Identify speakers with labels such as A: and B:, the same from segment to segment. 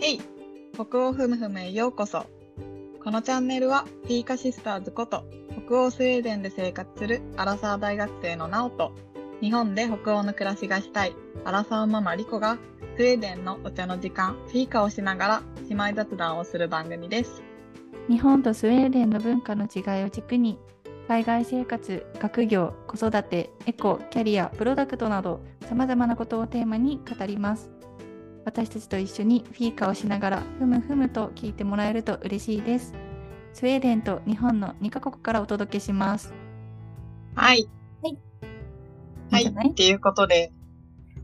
A: へい北欧ふむふむへようこそこのチャンネルはフィーカシスターズこと北欧スウェーデンで生活するアラサー大学生のナオと日本で北欧の暮らしがしたいアラサーママリコがスウェーデンのお茶の時間フィーカをしながら姉妹雑談をする番組です
B: 日本とスウェーデンの文化の違いを軸に海外生活学業子育てエコキャリアプロダクトなどさまざまなことをテーマに語ります私たちと一緒にフィーカをしながらふむふむと聞いてもらえると嬉しいですスウェーデンと日本の2カ国からお届けします
A: はい
B: はい
A: はい
B: いいんじゃない
A: っていうことで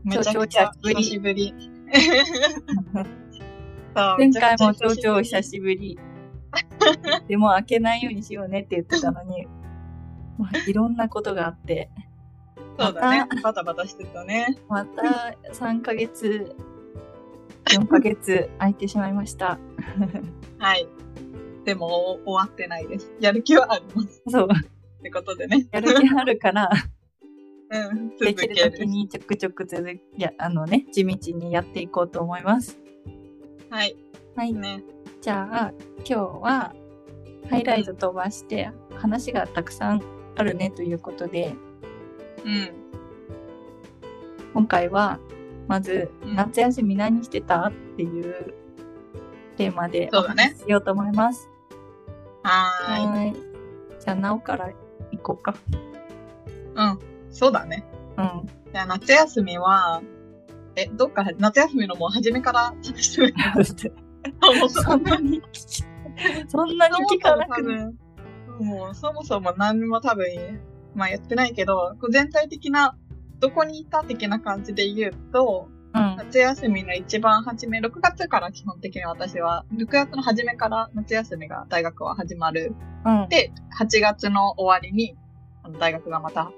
A: めちゃくちゃ久し ぶりそう
C: 前回も頂上
A: めちゃ
C: 久
A: くちゃ
C: しぶ り。でも開けないようにしようねって言ってたのに、まあ、いろんなことがあって、
A: そうだねバタバタしてたね
C: また3ヶ月、4ヶ月空いてしまいました。
A: はい。でも、お終わってないです。やる気はあります。
C: そう、
A: ってことでね。
C: やる気あるから、
A: うん。 続
C: で
A: け
C: き
A: る
C: る時にちょくちょく続き、いや、あのね、地道にやっていこうと思います。
A: はい。
C: はい。
A: ね。
C: じゃあ、今日は、ハイライト飛ばして、話がたくさんあるねということで、
A: うん。
C: 今回はまず
A: うん
C: 夏休み何してたっていうテーマで
A: そうだね
C: しようと思います。
A: は
C: はーい。じゃあ、なおから行こうか。
A: ーい。うん。そうだね。
C: うん。
A: じゃあ、夏休みは、え、どっか、夏休みのもう初めから話してる
C: そんなに聞き、そんなに聞かなくて。
A: もう、そもそも何も多分、まあやってないけど、こう全体的な、どこにいた的な感じで言うと、
C: うん。
A: 夏休みの一番初め、6月から基本的に私は、6月の初めから夏休みが大学は始まる。
C: うん。
A: で、8月の終わりに、あの大学がまた、ん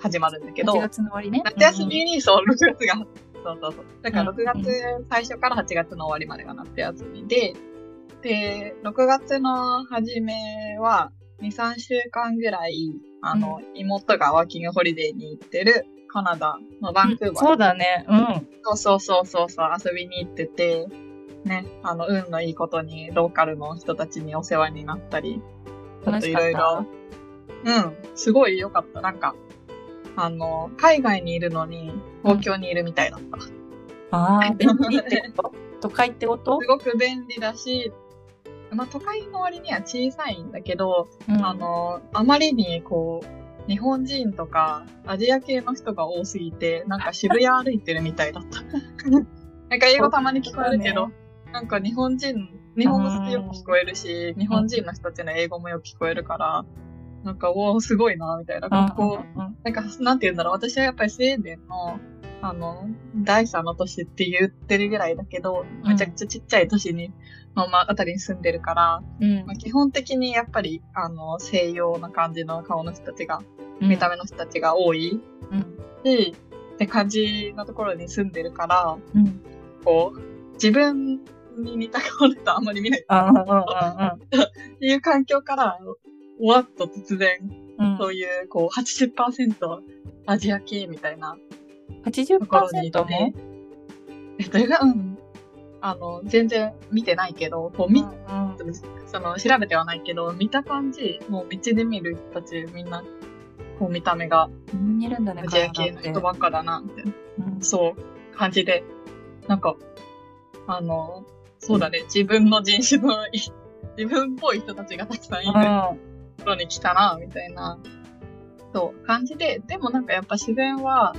A: 始まるんだけど
C: 8、月の終わりね。
A: 夏休みにそう、6月が、そうそうそう。だから
C: うん
A: 6月最初から8月の終わりまでが夏休みで、で、6月の初めは、2、3週間ぐらい、あの、妹がワーキングホリデーに行ってる、カナダのバ
C: うん
A: ンクーバー
C: そうだね。うん。
A: そうそうそうそうそう、遊びに行ってて、ね、あの、運のいいことに、ローカルの人たちにお世話になったり、ちょっ
C: 楽
A: と
C: し
A: い
C: か
A: ろ
C: っ
A: いろ
C: た。。
A: うん、すごい良かった。なんか、あの、海外にいるのに、東京にいるみたいだった。す
C: ああ、便利ってこと都会ってこと
A: ごく便利だし、まあ、都会の割には小さいんだけど、
C: うん
A: あの、あまりにこう、日本人とかアジア系の人が多すぎて、なんか渋谷歩いてるみたいだ った。なんか英語たまに聞こえるけど、なんか日本人、日本語好きよく聞こえるし、日本人の人たちの英語もよく聞こえるから、なんか、おーすごいな、みたいな。
C: うん
A: こう、
C: うん
A: なんか、なんて言うんだろう。私はやっぱりスウェーデンの、あの、第三の都市って言ってるぐらいだけど、
C: うん
A: めちゃくちゃちっちゃい都市に、の、まあ、あたりに住んでるから、
C: うん
A: まあ、基本的にやっぱりあの西洋な感じの顔の人たちが、
C: うん。
A: 見た目の人たちが多い
C: うん。
A: し、って感じのところに住んでるから、
C: うん。
A: こう、自分に似た顔の人あんまり見ないっ
C: ああ、
A: ていう環境から、わっと突然、
C: うん。うん。うん
A: そういう、こう、80%アジア系みたいなところにいて
C: 80%も、
A: えそれが、うん、あの、全然見てないけど、こう、見
C: うん
A: その調べてはないけど見た感じもう道で見る人たちみんなこう見た目が
C: こんなにいるんだね、
A: アジア
C: カナ
A: 系
C: ダ
A: の
C: って
A: 人ばっかだなみたいな
C: うん
A: そう感じでなんかあのそうだね自分の人種のい 自分っぽい人たちがたくさんいる
C: う
A: ところに来たなみたいなそう感じででもなんかやっぱ自然は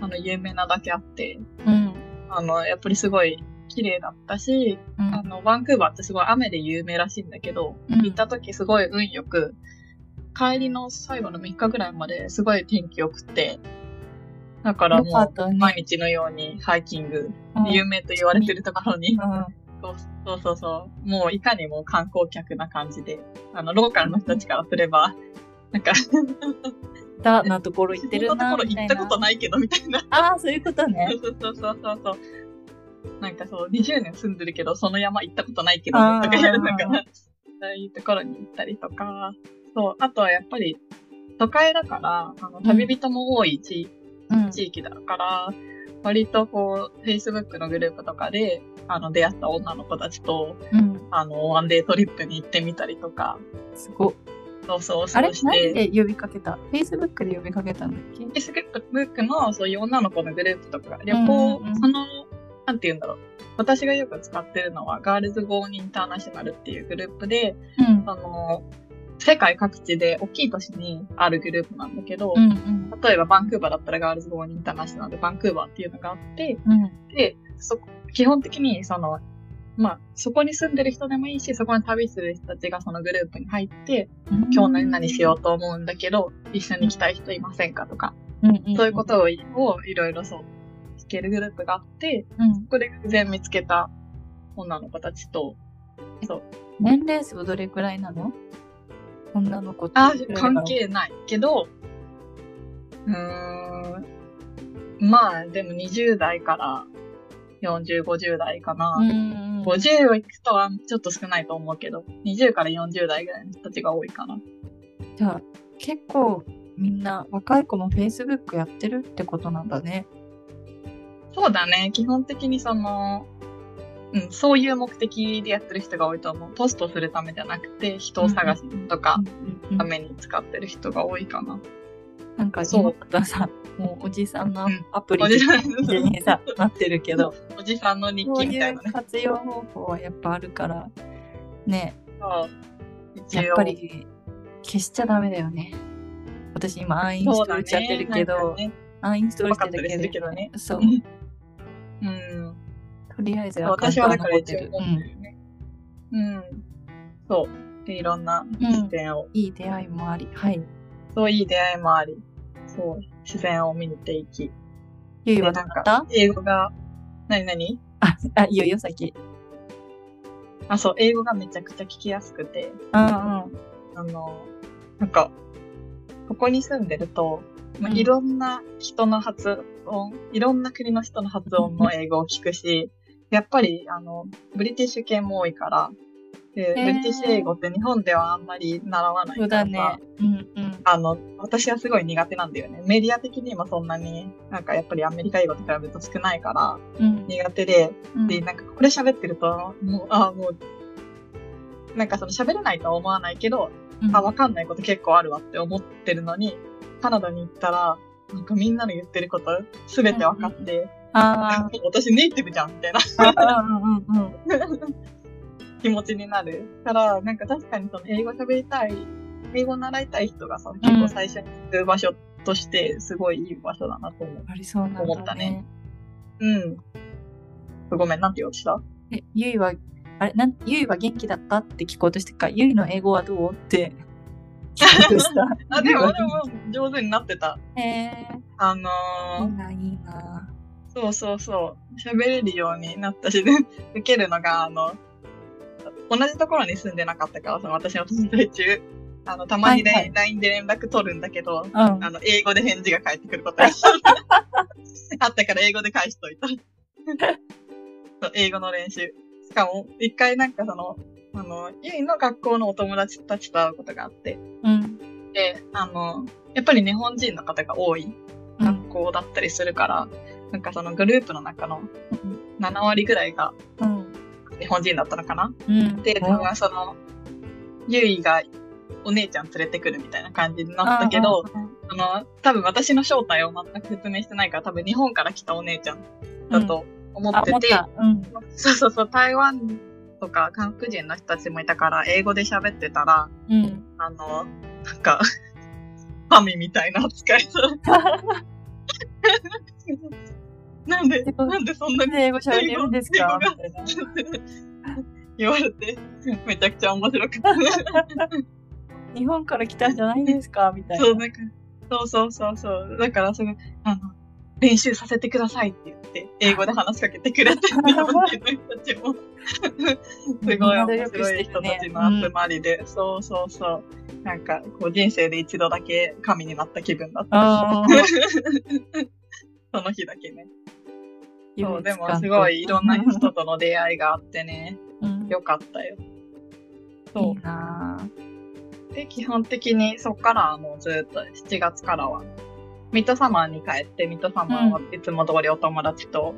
A: あの有名なだけあって
C: ん。うん。
A: あのやっぱりすごい綺麗だったし
C: うん
A: あの、バンクーバーってすごい雨で有名らしいんだけど、
C: うん
A: 行った時すごい運よく、帰りの最後の3日ぐらいまですごい天気良くて、だから
C: よか
A: も
C: った
A: う
C: ね
A: 毎日のようにハイキング、
C: うん
A: 有名と言われてるところに、
C: うん
A: そうそうそうそう、もういかにも観光客な感じで、あの、ローカルの人たちからすれば、なんか、
C: だなところ行ってる
A: そんな
C: な
A: ところ
C: み
A: 行
C: たい
A: っ
C: な。
A: たことないけど、みたいな。
C: ああ、そういうことね
A: そう。そうそうそうそう。なんかそう、20年住んでるけど、その山行ったことないけど、
C: あー
A: とかやるのかな。そういうところに行ったりと か、そう、あとはやっぱり、都会だから、あの、旅人も多い地
C: うん
A: 地域だから、割とこう、Facebook のグループとかで、あの、出会った女の子たちと、
C: うん、
A: あの、ワンデートリップに行ってみたりとか、
C: すごっ
A: そうそう
C: あ
A: そ
C: れ
A: うし
C: 何
A: て、
C: で呼びかけた ?Facebook で呼びかけたんだっけ
A: Facebook のそういう女の子のグループとか、旅行、
C: うんうんうん
A: その、なんて言うんだろう。私がよく使ってるのは、ガールズゴーニインターナショナルっていうグループで、
C: うん
A: あの、世界各地で大きい都市にあるグループなんだけど、
C: うんうん
A: 例えばバンクーバーだったらガールズゴーニインターナショナルでバンクーバーっていうのがあって、
C: うん
A: で、そ、基本的にその、まあ、そこに住んでる人でもいいし、そこに旅する人たちがそのグループに入って、
C: うん
A: 今日何々しようと思うんだけど、一緒に来たい人いませんかとか、
C: うんうん
A: そういうことをいをいろいろそう、聞けるグループがあって、
C: うん
A: そこで偶然見つけた女の子たちと、
C: 年齢層どれくらいなの女の子って
A: あ、関係ないけど、うーん、まあ、でも20代から40、50代かな。
C: うんうんうん
A: 50をいくとはちょっと少ないと思うけど、20から40代ぐらいの人たちが多いかな。
C: じゃあ結構みんな若い子も Facebook やってるってことなんだね
A: そうだね。基本的にその、うん、そういう目的でやってる人が多いと思う。ポストするためじゃなくて、人を探すとか、
C: うん
A: ために使ってる人が多いかな。
C: なんか
A: そう
C: 今ださもうおじさんのアプ
A: お
C: リ
A: じさん、
C: にさなってるけど
A: おじさん の日
C: こう
A: 記み
C: い
A: たいな
C: う
A: ね。
C: 活用方法はやっぱあるからね
A: そう一
C: や
A: 応
C: っぱり消しちゃダメだよね私今アンイン
A: そ
C: ス
A: う
C: トー
A: だ
C: ル
A: ね
C: しちゃってるけ
A: なんか
C: ど
A: ね
C: アンインストール
A: わ
C: し
A: か
C: て
A: った
C: る
A: りする
C: け
A: け
C: ど
A: どね。
C: そう
A: うんうん。
C: とりあえずアカウン
A: 私
C: ト
A: は
C: は
A: だから
C: 残って
A: 一応
C: る、う
A: 思うんだ
C: ん、
A: よね。うん。そう。で、いろんな視点を、
C: いい出会いもありはい
A: そういい出会いもあり、そう、自然を見に行っていき。
C: ゆい
A: で、な
C: は
A: ん
C: どうだっ
A: か
C: た、
A: 英語が、なになに
C: ああいいよいいよ先
A: あ、そう、英語がめちゃくちゃ聞きやすくて、
C: うんうん
A: あの、なんか、ここに住んでると、まあ
C: うん
A: いろんな人の発音、いろんな国の人の発音の英語を聞くし、やっぱり、あの、ブリティッシュ系も多いから、で、
C: へー
A: ブリティッシュ英語って日本ではあんまり習わない
C: そう
A: から
C: だ
A: さ
C: ねうんうん
A: あの、私はすごい苦手なんだよね。メディア的にもそんなに、なんかやっぱりアメリカ英語と比べると少ないから、
C: うん
A: 苦手で、
C: うん
A: で、なんかこれ喋ってると、もう、あもう、なんかその喋れないとは思わないけど、あ、わかんないこと結構あるわって思ってるのに、カナダに行ったら、なんかみんなの言ってること、すべて分かって、
C: あ
A: 私ネイティブじゃんみたいな
C: ーうんうんうん
A: 気持ちになる。から、なんか確かにその英語喋りたい、英語習いたい人がさ、結構最初に行く場所として、すごいいい場所だなと思う。
C: ありそうなん
A: 思っ
C: だ
A: た
C: ね
A: ねうん。ごめん、なんて言おうとした
C: えゆいはあれなんゆいは元気だったって聞こうとしてるからゆいの英語はど うって聞こうとした
A: あ、で
C: ゆい
A: も、
C: は
A: でも、上手になってた。
C: へえ
A: あの
C: い
A: ー
C: いないいな
A: そうそうそう。喋れるようになったし、で 受けるのが、あの、同じところに住んでなかったから、その私の滞在中、あの、たまにね
C: はいはい
A: LINE で連絡取るんだけど、
C: うん
A: あの、英語で返事が返ってくることが あったから、英語で返しといた。そう英語の練習。しかも、一回なんかその、あの、ゆいの学校のお友達たちと会うことがあって、
C: うん
A: で、あの、やっぱり日本人の方が多い学校だったりするから、なんかそのグループの中の7割ぐらいが
C: うん
A: 日本人だったのかな。
C: うん
A: で、多分その、ゆいがお姉ちゃん連れてくるみたいな感じになったけど、その、多分私の正体を全く説明してないから、多分日本から来たお姉ちゃんだと思
C: あ
A: っ
C: ー思
A: て、
C: ってたうん
A: そうそうそう、台湾とか韓国人の人たちもいたから、英語で喋ってたら、
C: うん
A: あの、なんか、神みたいな扱いされて なんで、なんでそんなに
C: 英語喋れるんですか
A: 英語
C: みたいな
A: 言われて、めちゃくちゃ面白くて。
C: 日本から来たんじゃないんですかみたいな
A: そう、なんか、そうそうそうそう。だから、その、あの、練習させてくださいって言って、英語で話しかけてくれ て、日本人の人たちも、すごい面白い人たちの集まりで、そうそうそう。なんか、こう、人生で一度だけ神になった気分だった。
C: あー
A: その日だけね。そ
C: 優
A: う、
C: 越
A: で
C: 感
A: も
C: と
A: すごいいろんな人との出会いがあってね、
C: うん
A: よかったよ。
C: いい
A: そ
C: な
A: う。で、基本的にそっからはもうずっと7月からはミッドサマーに帰って、ミッドサマーはいつも通りお友達と、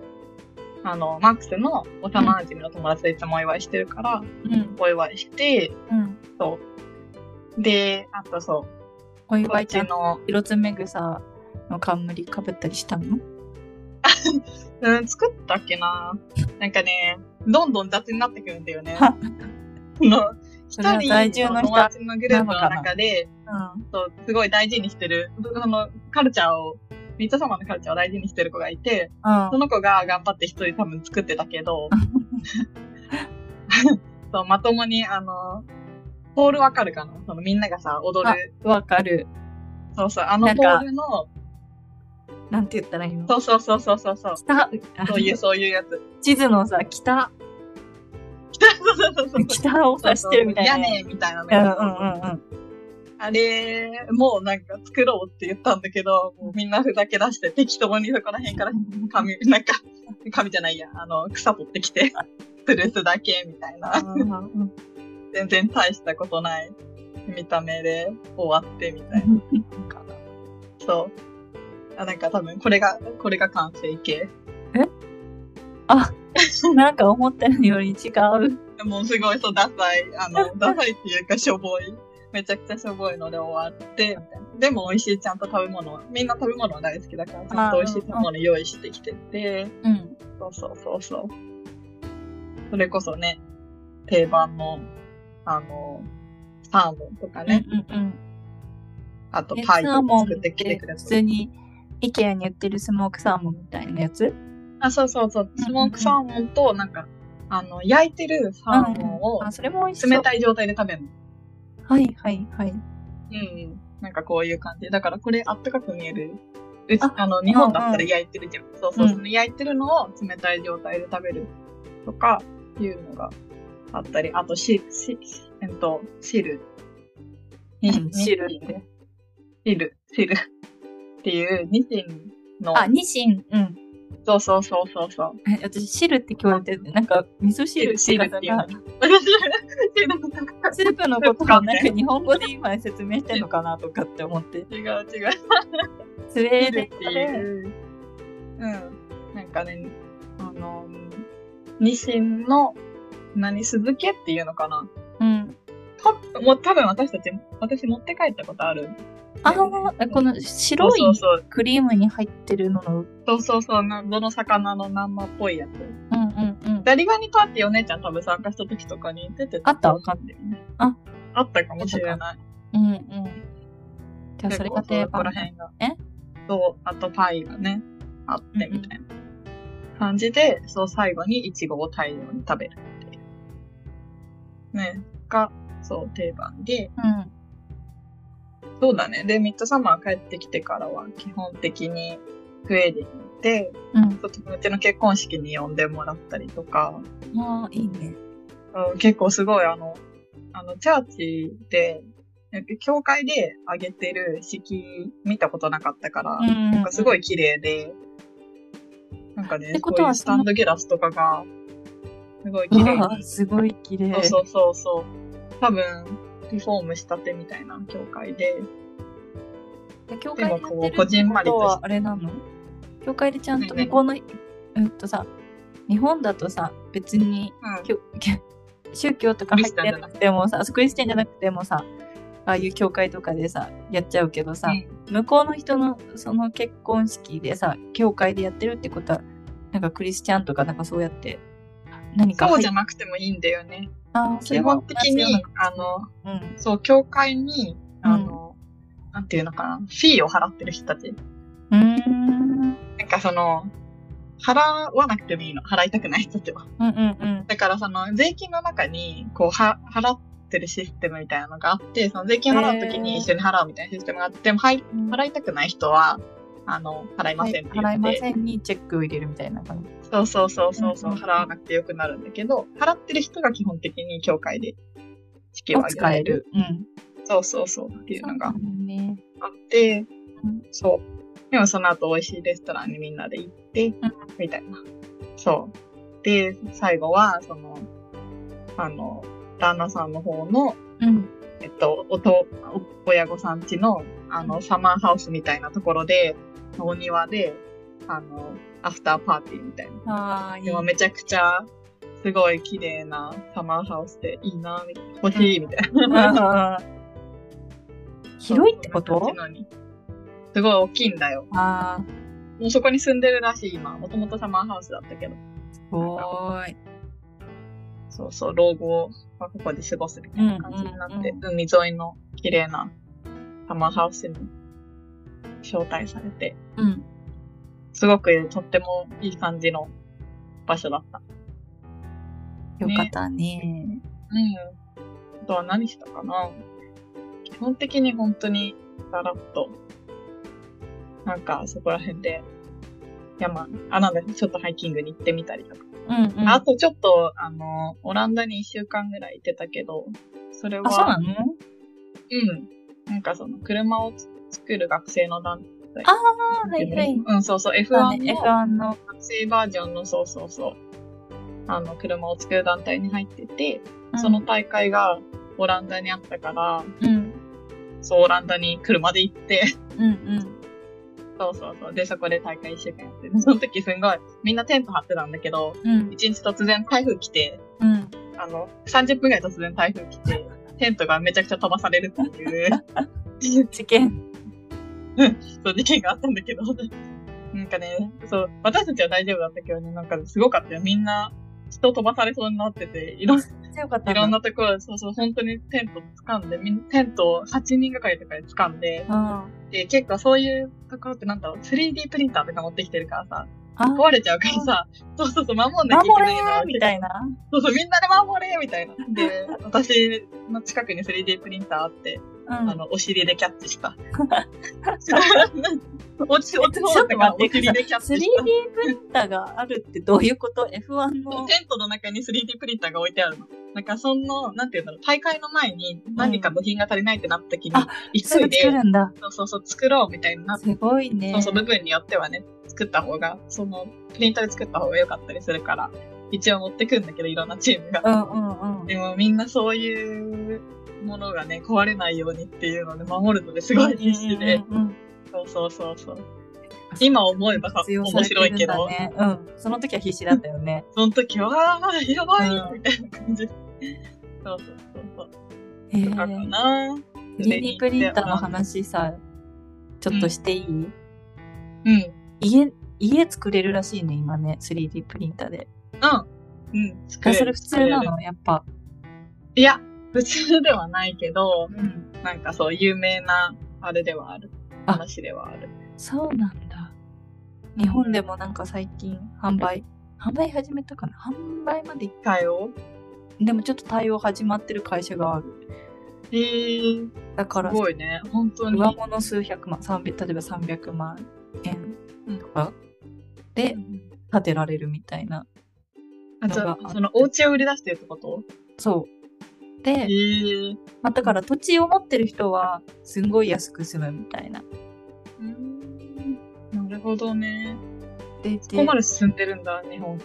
A: あの、マックスの幼馴染の友達といつもお祝いしてるから、
C: うん。
A: お祝いして、
C: うん。
A: そう。で、あとそ
C: お
A: う、こ
C: 祝
A: っ
C: いち
A: ち
C: ゃん、
A: の、
C: 色爪草の冠かぶったりしたの
A: うん、作ったっけななんかね、どんどん雑になってくるんだよね。あの一
C: それは在住
A: 人の
C: の人
A: 友達のグループの
C: なのか
A: 中で、
C: うん。
A: そうすごい大事にしてる、そのカルチャーを、ミッドサマーのカルチャーを大事にしてる子がいて、
C: うん
A: そ。の子が頑張って一人多分作ってたけ ど、そうまともに、あの、ポールわかるかなそのみんながさ、踊る。
C: わかる。
A: そうそう、あの
C: なん
A: ポ
C: か
A: ールの、
C: なんて言ったらいいの
A: そうそうそうそうそうそう、
C: 北、
A: そういう、そういうやつ。
C: 地図のさ、北、
A: そうそうそうそう。
C: 北を指してるみたいな。
A: 屋根みたいな
C: うん
A: ね。
C: うんうんうん。
A: あれ、もうなんか作ろうって言ったんだけど、もうみんなふざけ出して適当にそこら辺から紙、なんか、紙じゃないや、あの、草取ってき て、吊るすだけみたいな、
C: うん
A: 全然大したことない見た目で終わってみたいな。そう。あなんか多分、これが、これが完成形。
C: うんなんか思ったより違う。
A: もうすごい、そう、ダサい、あ の、ダサいっていうか、しょぼい。めちゃくちゃしょぼいので終わって、みたいな。でも美味しい、ちゃんと食べ物は、みんな食べ物は大好きだから、ちゃんと美味しい食べ物用意してきてて、
C: うん。
A: そうそうそうそう。それこそね、定番の、あの、サーモンとかね、
C: うんうん
A: あと
C: うん。え
A: パイ
C: サー
A: とか
C: モン
A: 作
C: っ
A: ってきて
C: て
A: くれ
C: 普
A: た。
C: 通に IKEA に売ってるスモークサーモンみたいなやつ
A: あ、そうそうそう。スモークサーモンと、なんか、あの、焼いてるサーモンを
C: あ、それも美味しそう。
A: 冷たい状態で食べるの。
C: はいはいはい。
A: うんうん。なんかこういう感じ。だからこれあったかく見える。うち
C: あ
A: あの、日本だっ
C: うん
A: た
C: う
A: ら
C: ん
A: 焼いてるじゃん。そうそう。
C: うん
A: その焼いてるのを冷たい状態で食べるとかいうのがあったり、あとし、し、えっと、汁。
C: うん
A: ニ
C: 汁
A: シンね汁、汁。っていう、ニシンの、
C: あ、ニシン。うん。
A: そうそうそうそう そう。
C: え私、汁って聞こえてて、なんか、味噌汁って言うか
A: 汁
C: ら
A: って私、汁の
C: スープのことをなんか日本語で今説明してるのかなとかって思って。
A: 違う違う。
C: スウェー
A: 汁
C: デ
A: って
C: ンで
A: いう、うん、なんかね、あの、ニシンの、何、酢漬けっていうのかな。
C: うん。
A: たもう多分私たち、私持って帰ったことある。
C: あーこの白
A: そう
C: い
A: そう
C: クリームに入ってるのの。うん
A: そう、そうそうそう、などの魚の生っぽいやつ。
C: うんうん。
A: ザリガニパーティーお姉ちゃん多分参加した時とかに出て
C: あった
A: わかんないよね。
C: あ
A: あったかもしれない。
C: うんうん。じゃあ、それが
A: こ
C: 定
A: こ
C: 番
A: ら。辺が。
C: え
A: そう、あとパイがね、あってみたいな感じで、そう、最後にイチゴを大量に食べるっていう。ね、が、そう、定番で、
C: うん。
A: そうだね。で、ミッドサマー帰ってきてからは、基本的にスウェーデンに行って、
C: うん。
A: ちょっとうちの結婚式に呼んでもらったりとか、
C: ああ、いいね。
A: うん結構すごい、あの、あの、チャーチで、教会であげてる式見たことなかったから、
C: うん
A: なんかすごい綺麗で、なんか
C: っ
A: ね、
C: てこ
A: ことうい
C: は
A: うスタンドゲラスとかが、すごい綺麗
C: わあ
A: に。
C: すごい綺麗。
A: そうそうそうそう。多分、リフォームしたてみたいな教会で。
C: で教会でやってる
A: でもこうこじんまりと
C: ってことはあれなの教会でちゃんと
A: 何
C: 向こうの、うんとさ、日本だとさ、別に
A: う
C: きょきょ宗教とか入ってなくてもさ、クリスチャンじゃなくてもさ、ああいう教会とかでさ、やっちゃうけどさ、
A: ん。
C: 向こうの人のその結婚式でさ、教会でやってるってことは、なんかクリスチャンとかなんかそうやって、何か入っ
A: そうじゃなくてもいいんだよね。
C: あーそ
A: 基
C: れは
A: 本的
C: 同じよ
A: に、あの、
C: うなうん、
A: そう、教会に、あの、なんていうのかな、フィーを払ってる人たち。
C: うーん、
A: なんかその、払わなくてもいいの。払いたくない人たちは。
C: うんうん
A: だからその、税金の中に、こう、は、払ってるシステムみたいなのがあって、その税金を払うときに一緒に払うみたいなシステムがあって、でもはい、
C: うん。
A: 払いたくない人は、あの、払いませんって言って、
C: 払いませんにチェックを入れるみたいな感じ。
A: そうそうそうそうそう、
C: うんうん
A: 払わなくてよくなるんだけど、払ってる人が基本的に教会で、式を
C: を
A: 挙げ
C: 使
A: ら
C: え
A: れる。
C: る。うん。
A: そうそうそうっていうのが
C: そうなんだね。
A: あって
C: うん、
A: そう。でもその後美味しいレストランにみんなで行って、みたいな。そう。で、最後は、その、あの、旦那さんの方の、
C: うん。
A: えっと、おと、お親御さんちのあの、サマーハウスみたいなところで、お庭で、あの、アフターパーティーみたいな。
C: ああ、いい
A: で。もめちゃくちゃ、すごい綺麗なサマーハウスでいいな、みたいな。欲しい、みたいな。
C: あー 広いってこ
A: そう
C: と
A: そういう感じのにすごい大きいんだよ。
C: ああ、
A: もうそこに住んでるらしい、今。もともとサマーハウスだったけど。
C: すごーい。
A: そうそう、老後はここで過ごすみたいな感じになって、
C: うん
A: 海沿いの綺麗なサマーハウスに招待されて、
C: うん。
A: すごくとってもいい感じの場所だった。
C: よかったね。
A: うん。あとは何したかな基本的に本当にだらっと、なんかそこら辺で山、あ、なんだ、ちょっとハイキングに行ってみたりとか。
C: うんうん。
A: あとちょっと、あの、オランダに一週間ぐらいいてたけど、それは、
C: あ、そうなの
A: うん。なんかその、車をつ作る学生の団体。
C: ああ、はいはい。
A: うん、そうそう、F1
C: そう
A: の、
C: ね F1 の
A: 学生バージョンの、そうそうそう。あの、車を作る団体に入ってて、その、大会がオランダにあったから、
C: うん。
A: そう、オランダに車で行って、
C: うんうん。
A: そうそうそう。で、そこで大会一週間やってて、その時すんごい、みんなテント張ってたんだけど、
C: うん。
A: 一日突然台風来て、
C: うん。
A: あの、30分ぐらい突然台風来て、テントがめちゃくちゃ飛ばされるっていう。
C: 事件。
A: そう、事件があったんだけど、 なんかね、そう、私たちは大丈夫だったけどね、なんかすごかったよ。みんな、人飛ばされそうになってて、いろ ん
C: 強かった。
A: いろん。なところ、そうそう、本当にテント掴んで、みんテントを8人がかりとかで掴んで、
C: うん。あ
A: で、結構そういうところってなんだろう、3D プリンターとか持ってきてるからさ、
C: ー、
A: 壊れちゃうからさ、 そうそうそう、守んなきゃい
C: 守
A: け
C: れ
A: ないから
C: ーみたいな。
A: そうそう、みんなで守れーみたいな。で、私の近くに 3D プリンターあって、
C: うん
A: あ。の、お尻でキャッチ した。落ち、落ちそう
C: ち
A: だ
C: ょ
A: っ
C: っと
A: たから、
C: 待
A: お
C: ってく
A: 尻
C: ださ
A: でキャッチ
C: 3D
A: した。
C: プリンターがあるってどういうこと ?F1 の。
A: テントの中に 3D プリンターが置いてあるの。なんか、その、なんていうんだろう、大会の前に何か部品が足りないってなった時に
C: あ、す
A: 急
C: ぐ
A: い
C: 作
A: で、
C: るんだ。
A: そうそうそう、作ろうみたいになって、
C: すごいね。
A: そうそう、部分によってはね、作った方が、その、プリンターで作った方が良かったりするから、一応持ってくんだけど、いろんなチームが。
C: うんうんうん。
A: でも、みんなそういうものがね、壊れないようにっていうので、守るのですごい必死で、
C: うんうんうん。
A: そうそうそうそう。今思えばさ
C: 活用されてるんだね
A: 面白いけど
C: うん。その時は必死だったよね。
A: その時は、あーやばい、
C: うん
A: みたいな感じ。そうそうそう
C: へ
A: そう。とかか
C: ー
A: な。
C: 3D プリンターの話さ、ちょっとしていい、
A: うん。うん。
C: 家、家作れるらしいね、今ね。3D プリンターで。
A: うん。作れ
C: あ
A: る
C: それ普通な
A: 作れる
C: のやっぱ。
A: いや、普通ではないけど、
C: うん。
A: なんかそう、有名な、あれではある。
C: あ
A: 話ではある。
C: そうなんだ。日本でもなんか最近販売、販売始めたかな販売までい
A: かよ。
C: でもちょっと対応始まってる会社がある。
A: えー、
C: だから
A: す、ごいね。本当に。
C: 上物数百万、300例えば300万円とかで建てられるみたいな。
A: あ、じゃあ、その、お家を売り出してるってこと
C: そう。で
A: え、ー。
C: まあ、だから土地を持ってる人は、すんごい安く住むみたいな。
A: うーんなるほどね。
C: で、
A: ここ
C: で
A: まで進んでるんだ、日本。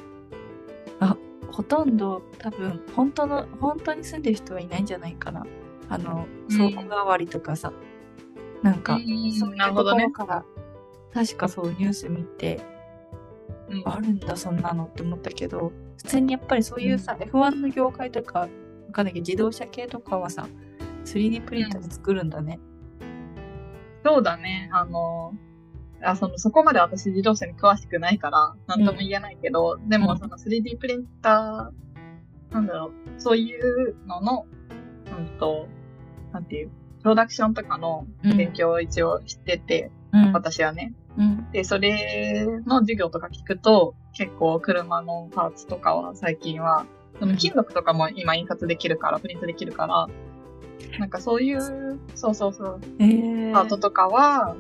C: ほとんど多分、本当の、本当に住んでる人はいないんじゃないかな。あの、
A: うん
C: 倉庫代わりとかさ、なんか、そううい
A: なる
C: う
A: ほ
C: と
A: ど
C: こ
A: ね
C: ろ。から、確かそうニュース見て、
A: うん
C: あるんだそんなのって思ったけど普通にやっぱりそういうさ、F1 の業界とかわかんないけど自動車系とかはさ 3D プリンターで作るんだね。
A: そうだね。あの、あそのそこまで私自動車に詳しくないから、なんとも言えないけど、で
C: う
A: も
C: ん
A: その 3D プリンター、なんだろう、そういうのの、うんと、なんていう、プロダクションとかの
C: うん
A: 勉強を一応してて、
C: うん
A: 私はね。
C: うん
A: で、それの授業とか聞くと、結構車のパーツとかは最近は、その金属とかも今印刷できるから、プリントできるから、なんかそういう、そうそうそう、
C: えー
A: パートとかは、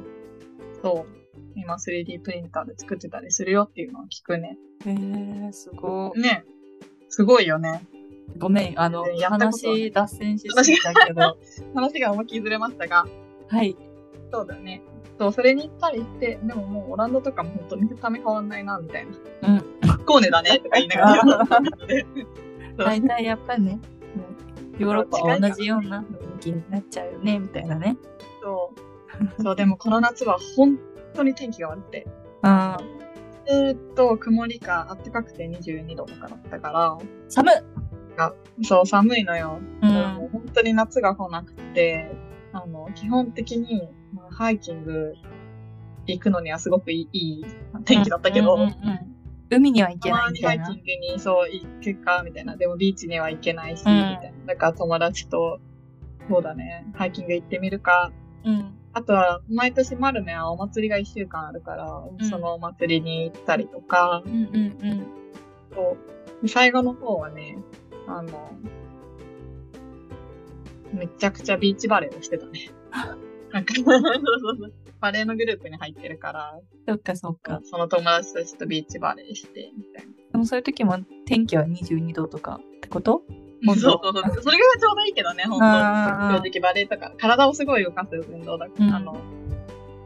A: そう、今 3D プリンターで作ってたりするよっていうのを聞くね。
C: えーすごい。
A: ね。すごいよね。
C: ごめん、あの
A: え、やったこと
C: 話脱線しすぎたけど。
A: 話が重きずれましたが、
C: はい。
A: そうだね。そう、それに行ったりして、でももうオランダとかも本当見た目変わんないな、みたいな。
C: うん。
A: コーネだね、とか言いながら。そう
C: 大体やっぱりね、もうヨーロッパは同じような雰囲気になっちゃうよね、みたいなね。
A: そそう、でもこの夏は本当に天気が悪くて、
C: あ
A: ずーっと曇りか暖かくて22度とかだったから、
C: ー寒っ
A: そう、寒いのよ。
C: う
A: もう本当に夏が来なくて、あの、基本的に、まあハイキング行くのにはすごくいいいい天気だったけど、
C: うんうんうん海には行
A: た
C: けな
A: ま
C: いみ
A: に
C: た
A: ハ
C: い
A: イ
C: な
A: キングにそう行けっか、みたいな。でもビーチには行けないし、
C: うん
A: みたいな。だから友達と、そうだね、ハイキング行ってみるか。
C: うん
A: あとは、毎年マルメはお祭りが1週間あるから、
C: ん
A: そのお祭りに行ったりとか
C: う、んうん
A: そう最後の方はね、あの、めちゃくちゃビーチバレーをしてたね。なんかバレーのグループに入ってるから、
C: うんそっかそっか
A: その友達とちょっとビーチバレーして、みたい
C: でもそういう時も天気は22度とかってこと
A: な。
C: 本当
A: そうそうそう。それがちょうどいいけどね、本当
C: あー
A: 正直バレーとか、体をすごい動かす運動だから、
C: うん
A: あの、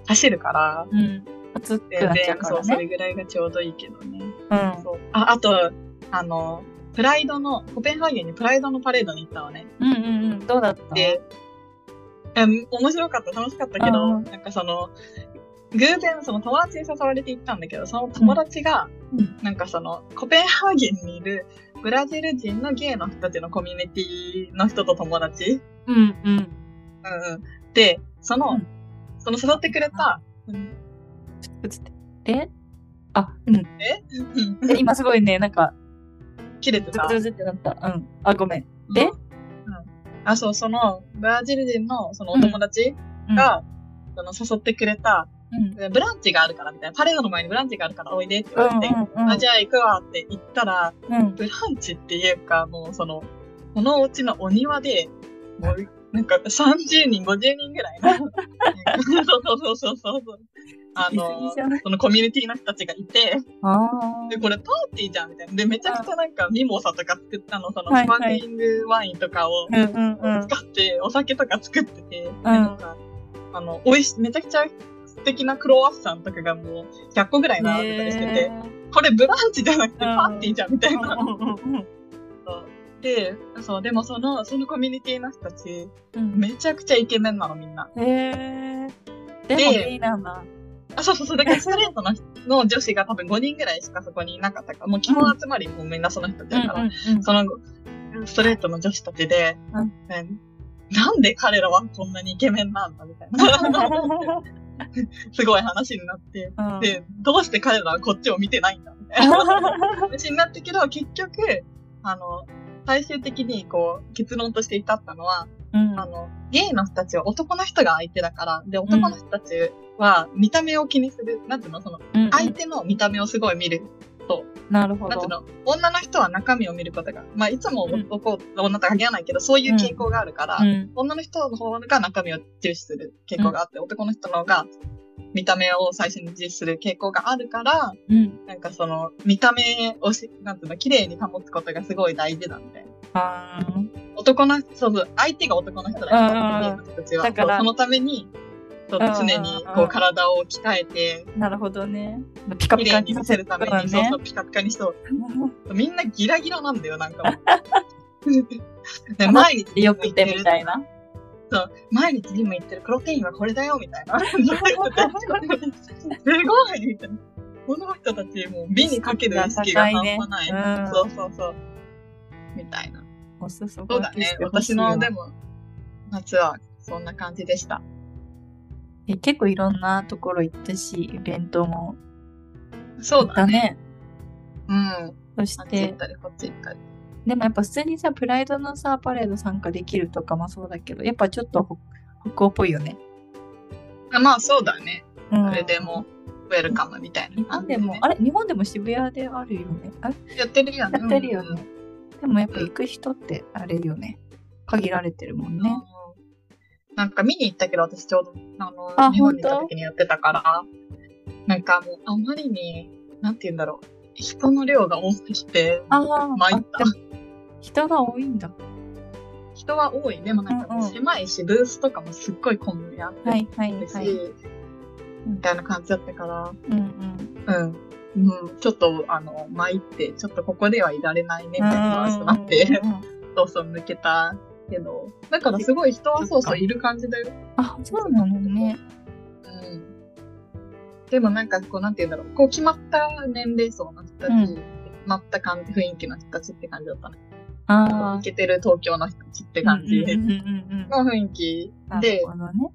A: 走るから、
C: うん暑く
A: 全
C: なっちゃ
A: 然
C: う、か
A: そう、
C: ら
A: そ
C: ね
A: れぐらいがちょうどいいけどね。
C: うん
A: そうあ、あと、あの、プライドの、コペンハーゲンにプライドのパレードに行ったのね。
C: うんうんうんどうだった
A: で、うん面白かった、楽しかったけ
C: う
A: ど、
C: ん
A: なんかその、偶然その友達に誘われて行ったんだけど、その友達が、
C: うん
A: なんかその、コペンハーゲンにいるブラジル人のゲイの人たちのコミュニティの人と友達、
C: うんうん
A: うんうん、で、その、
C: うん
A: その誘ってくれた、
C: 映ってであうん
A: うん
C: で今すごいねなんか
A: 切れて
C: ズ
A: た
C: クズ。クズクってなったうんあごめん
A: で、
C: で
A: うん、あ、そう、その、ブラジル人のそのお友達
C: うん
A: が、その誘ってくれた、
C: うん
A: ブランチがあるからみたいな、パレードの前にブランチがあるからおいでって言
C: うん
A: われて、
C: うん
A: あ、じゃあ行くわって言ったら、
C: うん
A: ブランチっていうか、もうその、このお家のお庭で、もう、なんか30人、50人ぐらいの、なんかそうそうそうそうそう。あ
C: 行き過ぎ
A: の
C: じゃない、
A: そのコミュニティの人たちがいて、
C: あ
A: で、これパーティーじゃんみたいな。で、めちゃくちゃなんかミモサとか作ったの、その
C: はい
A: ス
C: は
A: パ
C: い
A: ークリングワインとかを
C: ーうんうんうん
A: 使って、お酒とか作ってて、でなんか、あの、美味し、めちゃくちゃ素敵なクロワッサンとかがもう100個ぐらい並んでたりしてて、
C: ね
A: これブランチじゃなくて
C: うん
A: パーティーじゃんみたいな。
C: うんうんうんうん
A: で、そう、でもその、そのコミュニティの人たち、
C: うん
A: めちゃくちゃイケメンなのみんな。
C: へえでも
A: で
C: ゲイなんだ
A: あ、そうそうそう、だからストレートの人の女子が多分5人ぐらいしかそこにいなかったから、もう基本集まりもみんなその人たちだから、
C: うん
A: そのストレートの女子たちで、
C: うん
A: ねなんで彼らはこんなにイケメンなんだみたい な。すごい話になって。
C: うん
A: で、どうして彼らはこっちを見てないんだみたいな。話になったけど、結局、あの、最終的にこう、結論として至ったのは、
C: うん
A: あの、ゲイの人たちは男の人が相手だから、で、男の人たちは見た目を気にする、なんていうの、その、
C: うんうん
A: 相手の見た目をすごい見る。
C: なるほ
A: なんていう
C: ど。
A: の、女の人は中身を見ることが、まあ、いつも
C: うん
A: 男、女とは限らないけど、そういう傾向があるから、
C: うん
A: 女の人の方が中身を重視する傾向があって、男の人の方が見た目を最初に重視する傾向があるから、
C: うん。
A: なんかその、見た目をし、なんていうの、綺麗に保つことがすごい大事だみたいな。
C: あ
A: 男の人、そうそう、相手が男の人だから、
C: うんうんう
A: ゲイの
C: ん
A: 人たちは。
C: だから
A: そうそのために、そう
C: うんうんう
A: 常
C: ん
A: にこう体を鍛えて、
C: ーなるほどね。ピカ
A: 綺
C: ピカ
A: 麗
C: に
A: に
C: さ
A: 見
C: せ
A: せ
C: る
A: る
C: た
A: た
C: め
A: めに、
C: に
A: そ
C: ね。
A: うそう、ピカピカにしと みんなギラギラなんだよ、なんかもう。で、毎日
C: よくてみたいな。
A: そう、毎日ジム行ってる、プロテインはこれだよ、みたい な。すごいみたいな。この人たち、もう美にかける意識が半端ない。
C: 高いねうん
A: そうそうそう。みたいな。
C: おすすめ
A: そうだね。私の、でも、夏はそんな感じでした。
C: え結構いろんなところ行ったし、イベントも
A: そ
C: 行
A: う
C: っ
A: だ
C: た
A: ね。
C: ね。
A: うん。
C: そし
A: あっち行
C: て
A: っ、たり、こっち行ったり。
C: でもやっぱ普通にさ、プライドのさ、パレード参加できるとかもそうだけど、やっぱちょっとほ北欧っぽいよね。
A: あまあ、そうだね。
C: う
A: そ
C: ん
A: れでも、ウェルカムみたいな。
C: 日本でも、あれ日本でも渋谷であるよね。あれ
A: やってるやん。
C: やってるよ
A: うん
C: ね。でもやっぱ行く人ってあれよね。限られてるもんね。
A: うんなんか見に行ったけど、私ちょうど、あの、
C: あ
A: 日本に行った
C: 本当
A: 時にやってたから、なんかもう、あまりに、なんて言うんだろう。人の量が多すぎて、
C: ああ、
A: 参っ
C: あ
A: た
C: で。も人が多いんだ。
A: 人は多い。でもなんか
C: うんうん
A: 狭いし、ブースとかもすっごい混んであって、
C: はいはい
A: し、
C: はい。
A: みたいな感じだったから、
C: うんうん。
A: うん。うん、ちょっと、あの、参って、ちょっとここではいられないね、みたいな話になって、
C: うんうんうん
A: そうそう、抜けたけど、だからすごい人はそうそういる感じだよ。
C: あ、そうなのね。
A: でもなんかこうなんて言うんだろうこう決まった年齢層の人たち、
C: うん
A: 決まった感じ雰囲気の人たちって感じだったね
C: あ
A: いけてる東京の人たちって
C: あ、
A: 感じ
C: うんうんうん
A: の雰囲気
C: うん。
A: で、
C: なるほどね。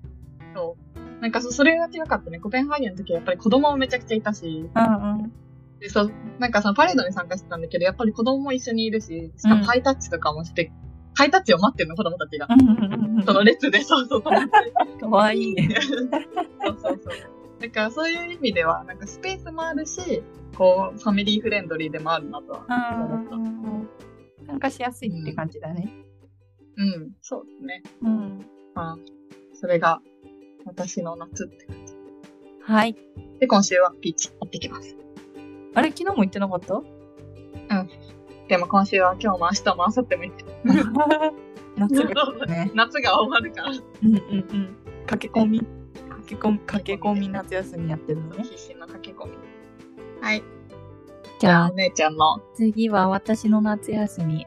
A: そうなんかそそれが強かったねコペンハーゲンの時はやっぱり子供もめちゃくちゃいたし
C: うんうん。
A: でそうなんかそのパレードに参加してたんだけどやっぱり子供も一緒にいるししか
C: うん
A: もハイタッチとかもして、ハイタッチを待ってるの子供たちが。
C: うんうんうん
A: その列で、そう そう、友達
C: かわいいね。
A: そうそうそう。だからそういう意味では、なんかスペースもあるし、こう、ファミリーフレンドリーでもあるなとは。
C: うん。参加しやすいって感じだね。
A: うん、そうですね。
C: うん。
A: まあ、それが私の夏って感じ。
C: はい。
A: で、今週はピーチ行ってきます。
C: あれ、昨日も行ってなかった
A: でも今週は今日も明日も明後日も行って、
C: 夏がね。
A: 夏が終わるから、
C: うんうんうん。駆け込み。駆け込み、駆け込み夏休みやってるのね。
A: 必死の駆け込み。はい。
C: じゃあ
A: お、姉ちゃんの、
C: 次は私の夏休み。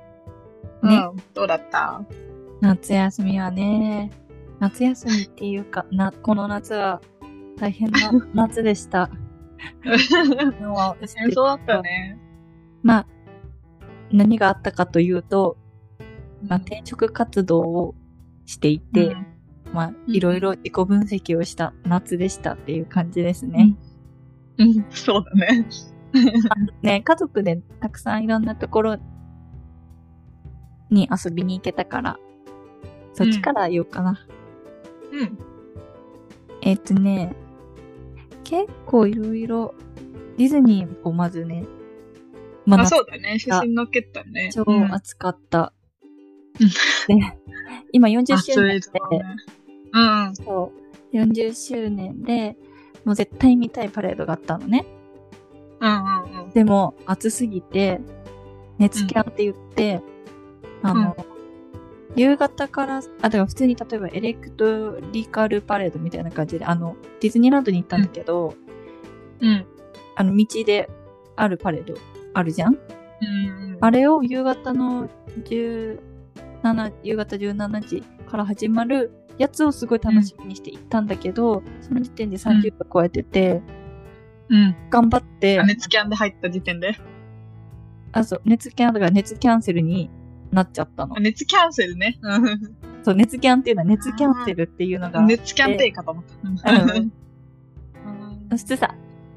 A: ね、どうだった
C: 夏休みはね、夏休みっていうか、な、この夏は大変 な夏でした。
A: 戦
C: のは私
A: 争だったね。
C: まあ、何があったかというと、まあ、転職活動をしていて、
A: うん
C: まあ、
A: うん
C: いろいろ自己分析をした夏でしたっていう感じですね。
A: うん、そうだね。
C: ね、家族でたくさんいろんなところに遊びに行けたから、そっちから言おうかな。
A: うん。
C: えっとね、結構いろいろ、ディズニーをまずね、ま
A: あ、
C: 夏
A: そうだね。写真載っけたね。
C: 超
A: うん
C: 暑かった。で、今40周年で、
A: うん。
C: そう40周年で、もう絶対見たいパレードがあったのね。
A: うんうんうん。
C: でも、暑すぎて、熱キャンって言って、あの、夕方から、あ、でも普通に例えばエレクトリカルパレードみたいな感じで、あの、ディズニーランドに行ったんだけど、
A: うん。
C: あの、道であるパレードあるじゃん
A: うん。
C: あれを夕方の17、夕方17時から始まるやつをすごい楽しみにして行ったんだけど、その時点で30度超えてて、
A: うん。
C: 頑張って、
A: 熱キャンで入った時点で。
C: あ、そう、熱キャンだから熱キャンセルになっちゃったの
A: あ。熱キャンセルね。うん
C: そう、熱キャンっていうのは熱キャンセルっていうのが、
A: 熱キャンデーかと思った。
C: うん
A: うん
C: 普通さ、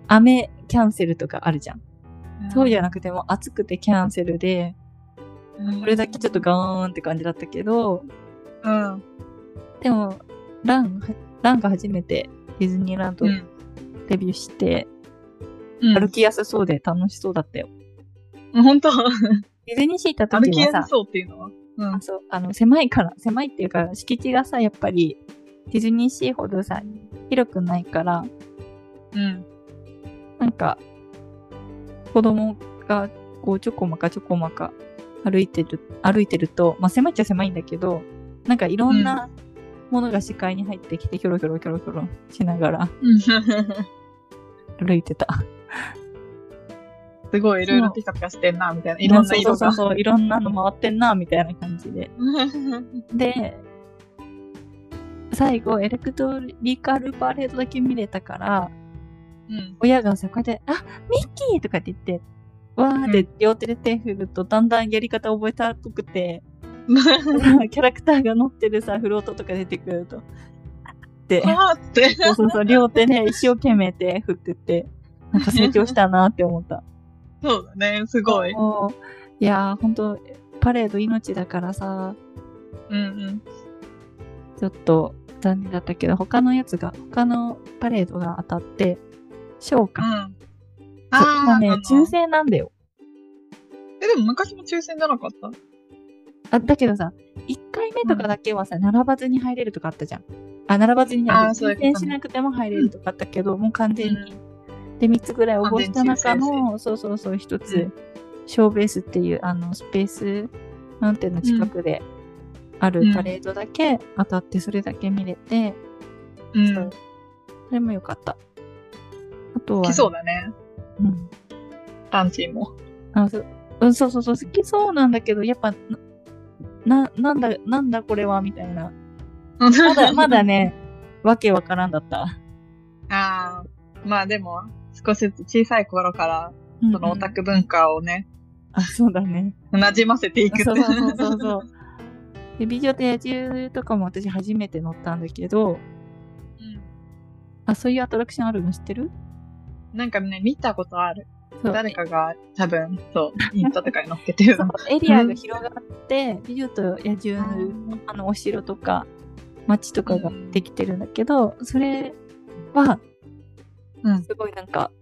C: 雨キャンセルとかあるじゃん。そうじ
A: や。
C: ゃなくても暑くてキャンセルで、
A: こ
C: これだけちょっとガーンって感じだったけど、
A: うん。
C: でも、ラン、ランが初めてディズニーランド
A: うん。
C: デビューして、
A: う
C: 歩
A: ん
C: きやすそうで楽しそうだったよ。
A: 本当
C: ディズニーシー行った
A: 歩
C: 時
A: き
C: は
A: や
C: さ
A: す、そうっていうのは。うん
C: あそうあの狭いから、狭いっていうか、敷地がさ、やっぱりディズニーシーほどさ、広くないから、
A: うん。
C: なんか、子供がこうちょこまかちょこまか歩いてる、歩いてると、まあ狭いっちゃ狭いんだけど、なんかいろんなものが視界に入ってきて、ひょろひょろひょろひょろしながら 歩いてた。
A: すごい、いろいろピカピカしてんな、みたいな。いろんな色
C: そう
A: が。
C: そうそう、いろんなの回ってんな、みたいな感じで。
A: うん
C: で、最後、エレクトリカルパレードだけ見れたから、
A: うん。
C: 親がさ、こうやって、あミッキーとかって言って、わーって両手で手振ると、だんだんやり方覚えたっぽくて、 キャラクターが乗ってるさ、フロートとか出てくると、で、
A: あーって。
C: そうそうそう、両 手ね、一生懸命手振ってて、なんか成長したなって思った。
A: そうだね、すごい。
C: もういやー、ほんと、パレード命だからさ、
A: うん
C: ちょっと残念だったけど、他のやつが、他のパレードが当たって、賞
A: うん。う
C: か。
A: ん。
C: そ
A: あ
C: ま
A: あ、
C: ね
A: あの、
C: 抽選なんだよ。
A: え、でも昔も抽選じゃなかった
C: あ、だけどさ、1回目とかだけはさ、並ばずに入れるとかあったじゃん。あ、並ばずに入れ
A: あ
C: る。
A: ーそういう
C: 抽
A: ことね
C: 選しなくても入れるとかあったけど、もう完全に。で、3つぐらい応募した中の、そうそうそう、1
A: う
C: つ
A: ん、
C: ショーベースっていう、あの、スペース、なんていうの、近くで、あるパレードだけ当たって、それだけ見れて、
A: う。
C: そうんそれもよかった。あとは、
A: 来そうだね、
C: うん。
A: ランチーも。
C: あそうん、そうそうそう、好きそうなんだけど、やっぱ、な、ななんだ、なんだこれは、みたいな。
A: ま
C: まだ、まだ。ね、わけわからんだった。
A: ああ、まあでも、少しずつ小さい頃から、そのオタク文化をね、
C: あ、そうだね。
A: 馴染ませていく
C: そう
A: ってい
C: そうそうそうそう。で、美女と野獣とかも私初めて乗ったんだけど、あ、そういうアトラクションあるの知ってる
A: なんかね、見たことある。
C: そう
A: 誰かが多分、そう、インスタとかに載っけてる
C: そ
A: の
C: う。エリアが広がって、美女と野獣あのお城とか町とかができてるんだけど、それは
A: うん
C: すごいなんか、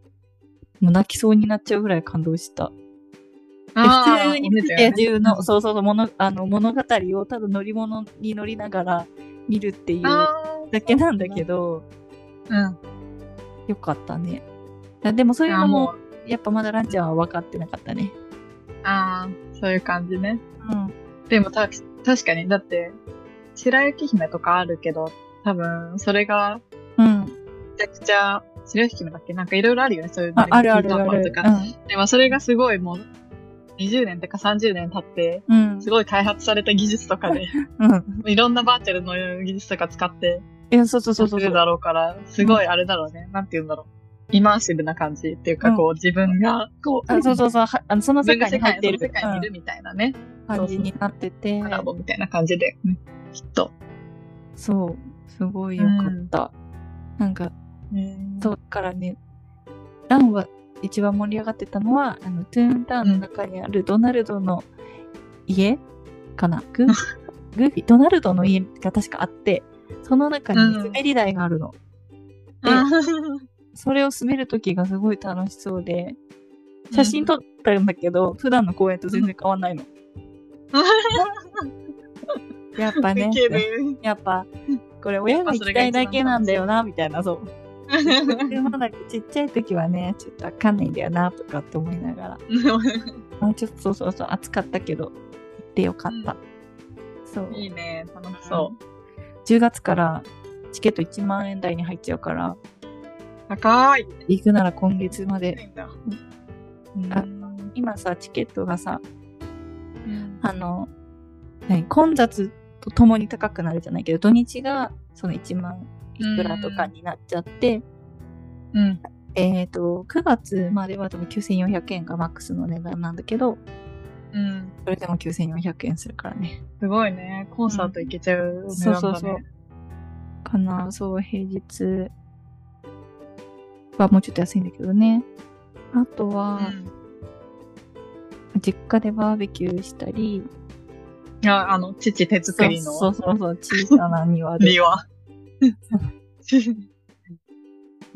C: もう泣きそうになっちゃうぐらい感動した。で
A: あー
C: 普通に美女と野
A: ね
C: 獣
A: う
C: の、
A: ん
C: そうそうそう、ものあの物語をただ乗り物に乗りながら見るっていうだ
A: あ
C: けなんだけど、
A: ーうん。
C: よかったね。あでもそういう
A: あー
C: の
A: も
C: も、やっぱまだランちゃんは分かってなかったね。
A: う、あーそういう感じね。
C: うん。
A: でもた、確かに、だって、白雪姫とかあるけど、多分、それが、
C: うん。
A: めちゃくちゃ、白雪姫だっけなんかいろいろあるよね、そういうの
C: あ
A: ね
C: あるあるあ
A: ピンポンパン
C: る
A: と。かでもそれがすごいもう、20年とか30年経って、
C: うん。うん
A: すごい開発された技術とか で、
C: うん。
A: いろんなバーチャルの技術とか使って、
C: いや、そうそう
A: そ
C: そうう
A: す
C: そう。
A: るだろうから、すごいあれだろうね。なんて言うんだろう。イマーシブな感じっていうか、
C: うん
A: こう自分が、こう、
C: あそうそうそう、はあのその
A: 自
C: 世
A: 分が世界
C: 界に入って
A: そ
C: る
A: の世界にいるみたいなね、
C: うん感じになってて
A: コ、ラボみたいな感じで、ねきっと。。
C: そう、すごい良かった。なんか、そううからね、ランは一番盛り上がってたのは、あの、トゥーンタウンの中にあるドナルドの家かな、グーグーフィー、ドナルドの家が確かあって、その中に
A: うん
C: 滑り台があるの。
A: あー
C: それを滑るときがすごい楽しそうで、 写真撮ったんだけど、普段の公園と全然変わんないの。やっぱ
A: ウ、
C: ね
A: ケる。
C: やっぱ、これ親が行きたいだけなんだよな、みたいな、そう。 でまだちっちゃい時はね、ちょっとわかんないんだよな、とかって思いながら。あちょっとそうそうそう、暑かったけど、行ってよかった。そう。
A: いいね、楽しそ
C: 10月からチケット1万円台に入っちゃうから、
A: う。高い。
C: 行くなら今月まで。
A: いいんだ
C: あ今さ、チケットがさ、
A: うん
C: あの、何混雑とともに高くなるじゃないけど、土日がその1万いくらとかになっちゃって、
A: うん。
C: えっ、と、9月までは多分9400円がマックスの値段なんだけど、
A: うん。
C: それでも9400円するからね。
A: すごいね。コンサート行けちゃう、ね
C: そうそうそう。かな、そう、平日はもうちょっと安いんだけどね。あとは、実家でバーベキューしたり、
A: いや、あの、父手作り
C: そ
A: の
C: うそうそう、小さな庭で。
A: 庭。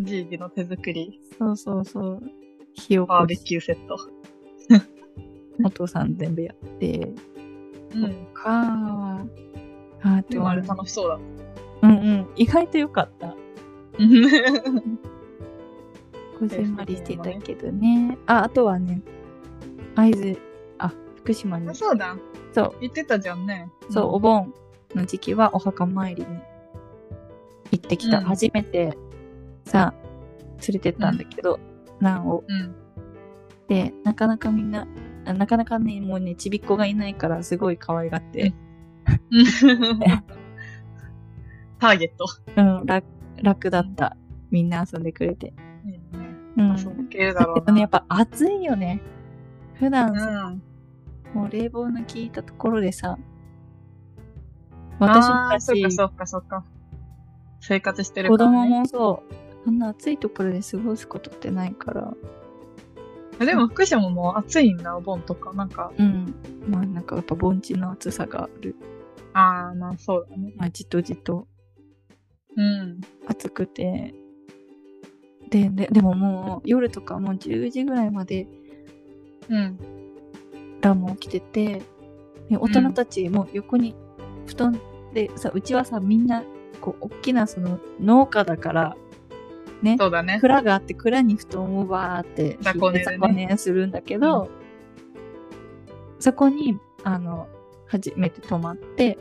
A: じいじの手作り
C: そうそうそう。火を
A: バー
C: こ
A: ベ
C: し
A: キューセット。
C: お父さん全部やって、
A: うん。
C: か、あ
A: で
C: と
A: も
C: は
A: あれ、楽しそうだ。
C: うんうん、意外と良かった。こじんまりしてたけどね。あ、あとはね、会津、あ、福島に
A: あ、 そうだ。
C: そう。
A: 言ってたじゃんね。
C: そう、お盆の時期はお墓参りに行ってきた。
A: うん
C: 初めてさ、連れてったんだけど、ランを。
A: うん。
C: で、なかなかみんな、あなかなかね、もうね、ちびっ子がいないから、すごい可愛がって、
A: ターゲット。
C: うん、楽楽だった。みんな遊んでくれて。
A: いいね
C: うん。
A: そう
C: だ
A: 受けるだろ
C: け
A: う
C: どね、や
A: な
C: っ。ぱ暑いよね。普段さ、
A: うん。
C: もう冷房の効いたところでさ、私
A: ああー、
C: た
A: そっ
C: ち
A: かそっかそっか。生活してる
C: 子
A: から、ね。
C: 供もそう、あんな暑いところで過ごすことってないから、
A: でも福島も暑いんだ、お盆とか。なんか、
C: うん。まあなんかやっぱ盆地の暑さがある。
A: ああ、まあそうだね。
C: まあじとじと
A: うん。
C: 暑くて。で、で、でももう夜とかもう10時ぐらいまで
A: うん。
C: ランも起きてて、で大人たちも横に布団でさ、うちはさ、みんなこう大きなその農家だから、
A: そうだね。
C: 蔵があって蔵に布団をバーって
A: 雑魚寝で
C: て
A: ね
C: するんだけど、そこにあの初めて泊まって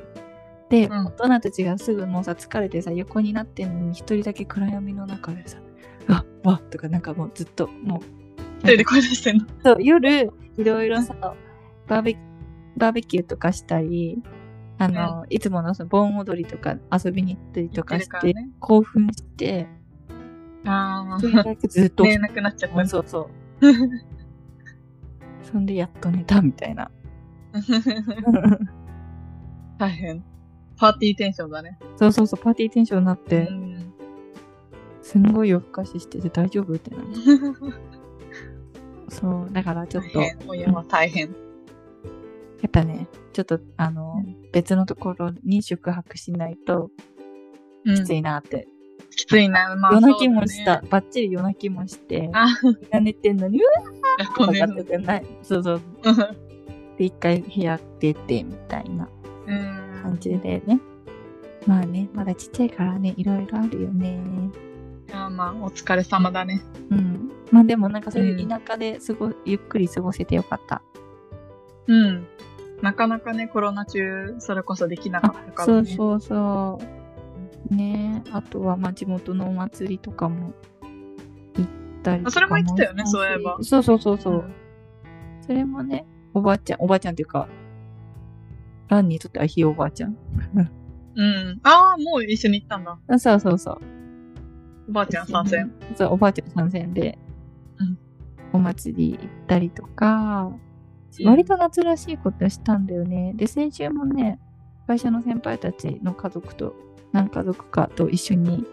C: で、
A: うん
C: 大人たちがすぐもうさ疲れてさ横になってんのに一人だけ暗闇の中でさ「あわっ」とかなんかもうずっとも
A: 一人で声出してんの。
C: うそう夜いろいろさバーベバーベキューとかしたりあの、いつものその盆踊りとか遊びに行ったりとか
A: 言っ
C: して
A: るからね
C: 興奮して
A: あ
C: それだけずっ と
A: あ、寝れなくなっちゃっ
C: う
A: た
C: ん。そうそう。そんでやっと寝たみたいな。
A: 大変。パーティーテンションだね。
C: そうそうそう、パーティーテンションになっ
A: う
C: て、
A: ん。
C: すんごい夜更かししてて大丈夫ってなる。そう、だからちょっ
A: 大
C: と、や
A: 変。もう山大変。
C: っぱね、ちょっとあの、別のところに宿泊しないと
A: うん
C: きついなって。
A: きついな。まあ、
C: 夜泣きもした。
A: そうだね。
C: ばっちり夜泣きもして、
A: あ、
C: みんな寝てんのに、うわ
A: 学
C: ー
A: 校
C: と
A: 寝
C: か
A: る
C: ってない。そうそう。で、一回部屋出て、みたいな
A: う
C: 感
A: ん。
C: じでね。まあね、まだちっちゃいからね、いろいろあるよね。
A: あまあ、お疲れ様だね。
C: うん。まあでもなんかそういううん田舎で過ご、ゆっくり過ごせてよかった。
A: うん。なかなかね、コロナ中、それこそできなかったから
C: そう
A: ね。
C: そうそう。ねえあとはまあ地元のお祭りとかも行ったりとか
A: あそれも行ってたよね
C: し
A: そういえば
C: そうそうそうそうう。
A: ん
C: それもね、おばあちゃん、おばあちゃんっていうか、ランにとってはひいおばあちゃん。
A: うん。ああ、もう一緒に行ったんだ。
C: あそうそうそう。
A: おばあちゃん参戦。
C: そう、おばあちゃん参戦で、
A: うん
C: お祭り行ったりとか、割と夏らしいことしたんだよね。で、先週もね、会社の先輩たちの家族と、何家族かと一緒に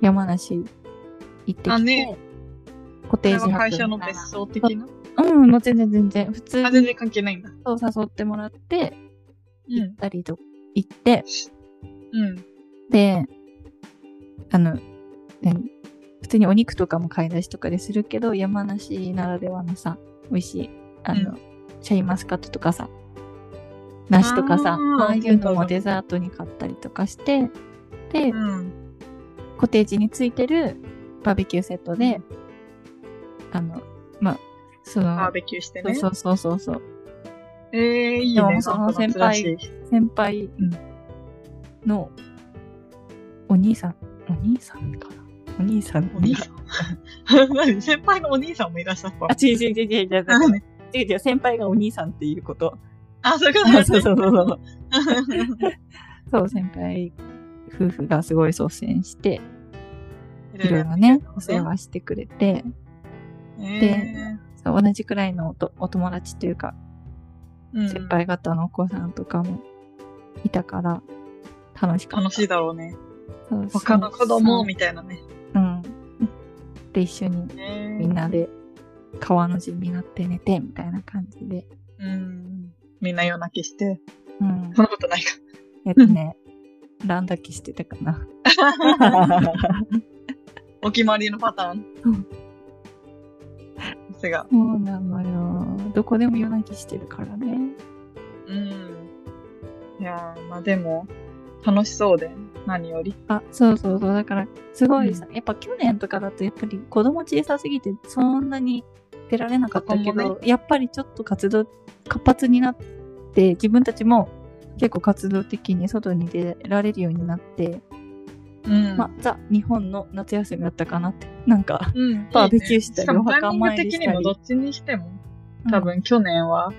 C: 山梨行って
A: あ
C: きて
A: ね、そ
C: コテ
A: れ
C: ージ
A: は
C: 泊
A: 会社の別荘的な
C: うん、もう全然全然、普通
A: あ、全然関係ないんだ。
C: と誘ってもらって、
A: う
C: 行っ
A: ん。
C: たりと、行って、
A: うん。
C: で、あの、何普通にお肉とかも買い出しとかでするけど、山梨ならではのさ、美味しい、あの、
A: う
C: シャインマスカットとかさ、梨とかさ、
A: あー
C: ああいうの
A: 本当
C: も
A: だ
C: デザートに買ったりとかして、で、
A: うん。
C: コテージについてるバーベキューセットで、あの、まあ、そ
A: バー
C: の、
A: ベキューして
C: そ
A: ね
C: う。そうそうそうそう、
A: ええいい
C: で
A: ね。
C: もそ
A: な
C: の
A: んか夏らしい。
C: 先輩
A: うん
C: のお兄さん、お兄さんかなお兄さん
A: お兄さん。 何先輩のお兄さんもいらっしゃった
C: あ、。違う違う違う違う違う
A: 何
C: 違う違う、先輩がお兄さんっていうこと。
A: あ、そういうこと
C: そ
A: だね
C: うそうそう そう。
A: い
C: そう、先輩夫婦がすごい率先して、い
A: ろ
C: ろい
A: いろ
C: ろね、お
A: お
C: 世
A: 世
C: 話してくれて、
A: え
C: そう同じくらいのおとお友達というか、
A: ーうん
C: 先輩方のお子さんとかもいたから、楽しかった。
A: 楽しいだろうね。
C: そうそう
A: 他の子供
C: そう
A: みたいなね。
C: うん。で、一緒にみ
A: み
C: ん。なで川の字になって寝て、みたいな感じで。
A: うん。みんな夜泣きして。
C: うん。
A: そんなことないか。
C: えっとね、ランだけしてたかな。
A: お決まりのパターン
C: うん。
A: さすが。
C: そうなのよ。どこでも夜泣きしてるからね。
A: うん。いやー、まあでも、楽しそうで、何より。
C: あ、そうそうそう。だから、すごいさ、やっぱ去年とかだと、やっぱり子供小さすぎて、そんなに出られなかった
A: 子
C: け
A: 供
C: ど、やっぱりちょっと活動、活発になって、自分たちも結構活動的に外に出られるようになって、
A: うん
C: まあ、ザ、日本の夏休みだったかなって。なんか、
A: うん
C: バーベキューしたり
A: いいねしかも
C: お
A: タイ
C: 墓
A: ミング
C: 参り
A: 的
C: したり
A: にもどっちにしても、多分去年は、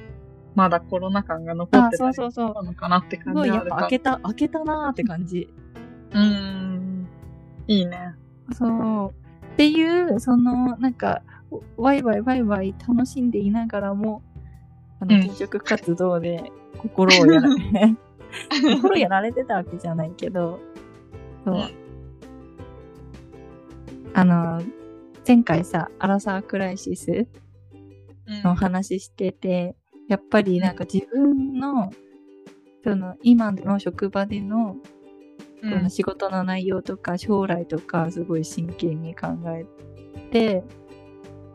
A: まだコロナ感が残っ
C: あ、
A: てた
C: そう
A: り
C: そうそう。
A: なのかなって
C: す
A: 感
C: ご
A: じ
C: い、や
A: はあ
C: っ
A: る
C: ぱ
A: か
C: 開けた、開けたなーって感じ。
A: うん。いいね。
C: そう。っていう、その、なんか、ワイワイワイワイ楽しんでいながらも、あの、
A: うん。
C: 転職活動で心をやら れ、心やられてたわけじゃないけど、そううんあの、前回さ、アラサークライシス
A: うん
C: のお話ししてて、やっぱりなんか自分の、その、今の職場での
A: う
C: その
A: ん
C: 仕事の内容とか将来とかすごい真剣に考えて、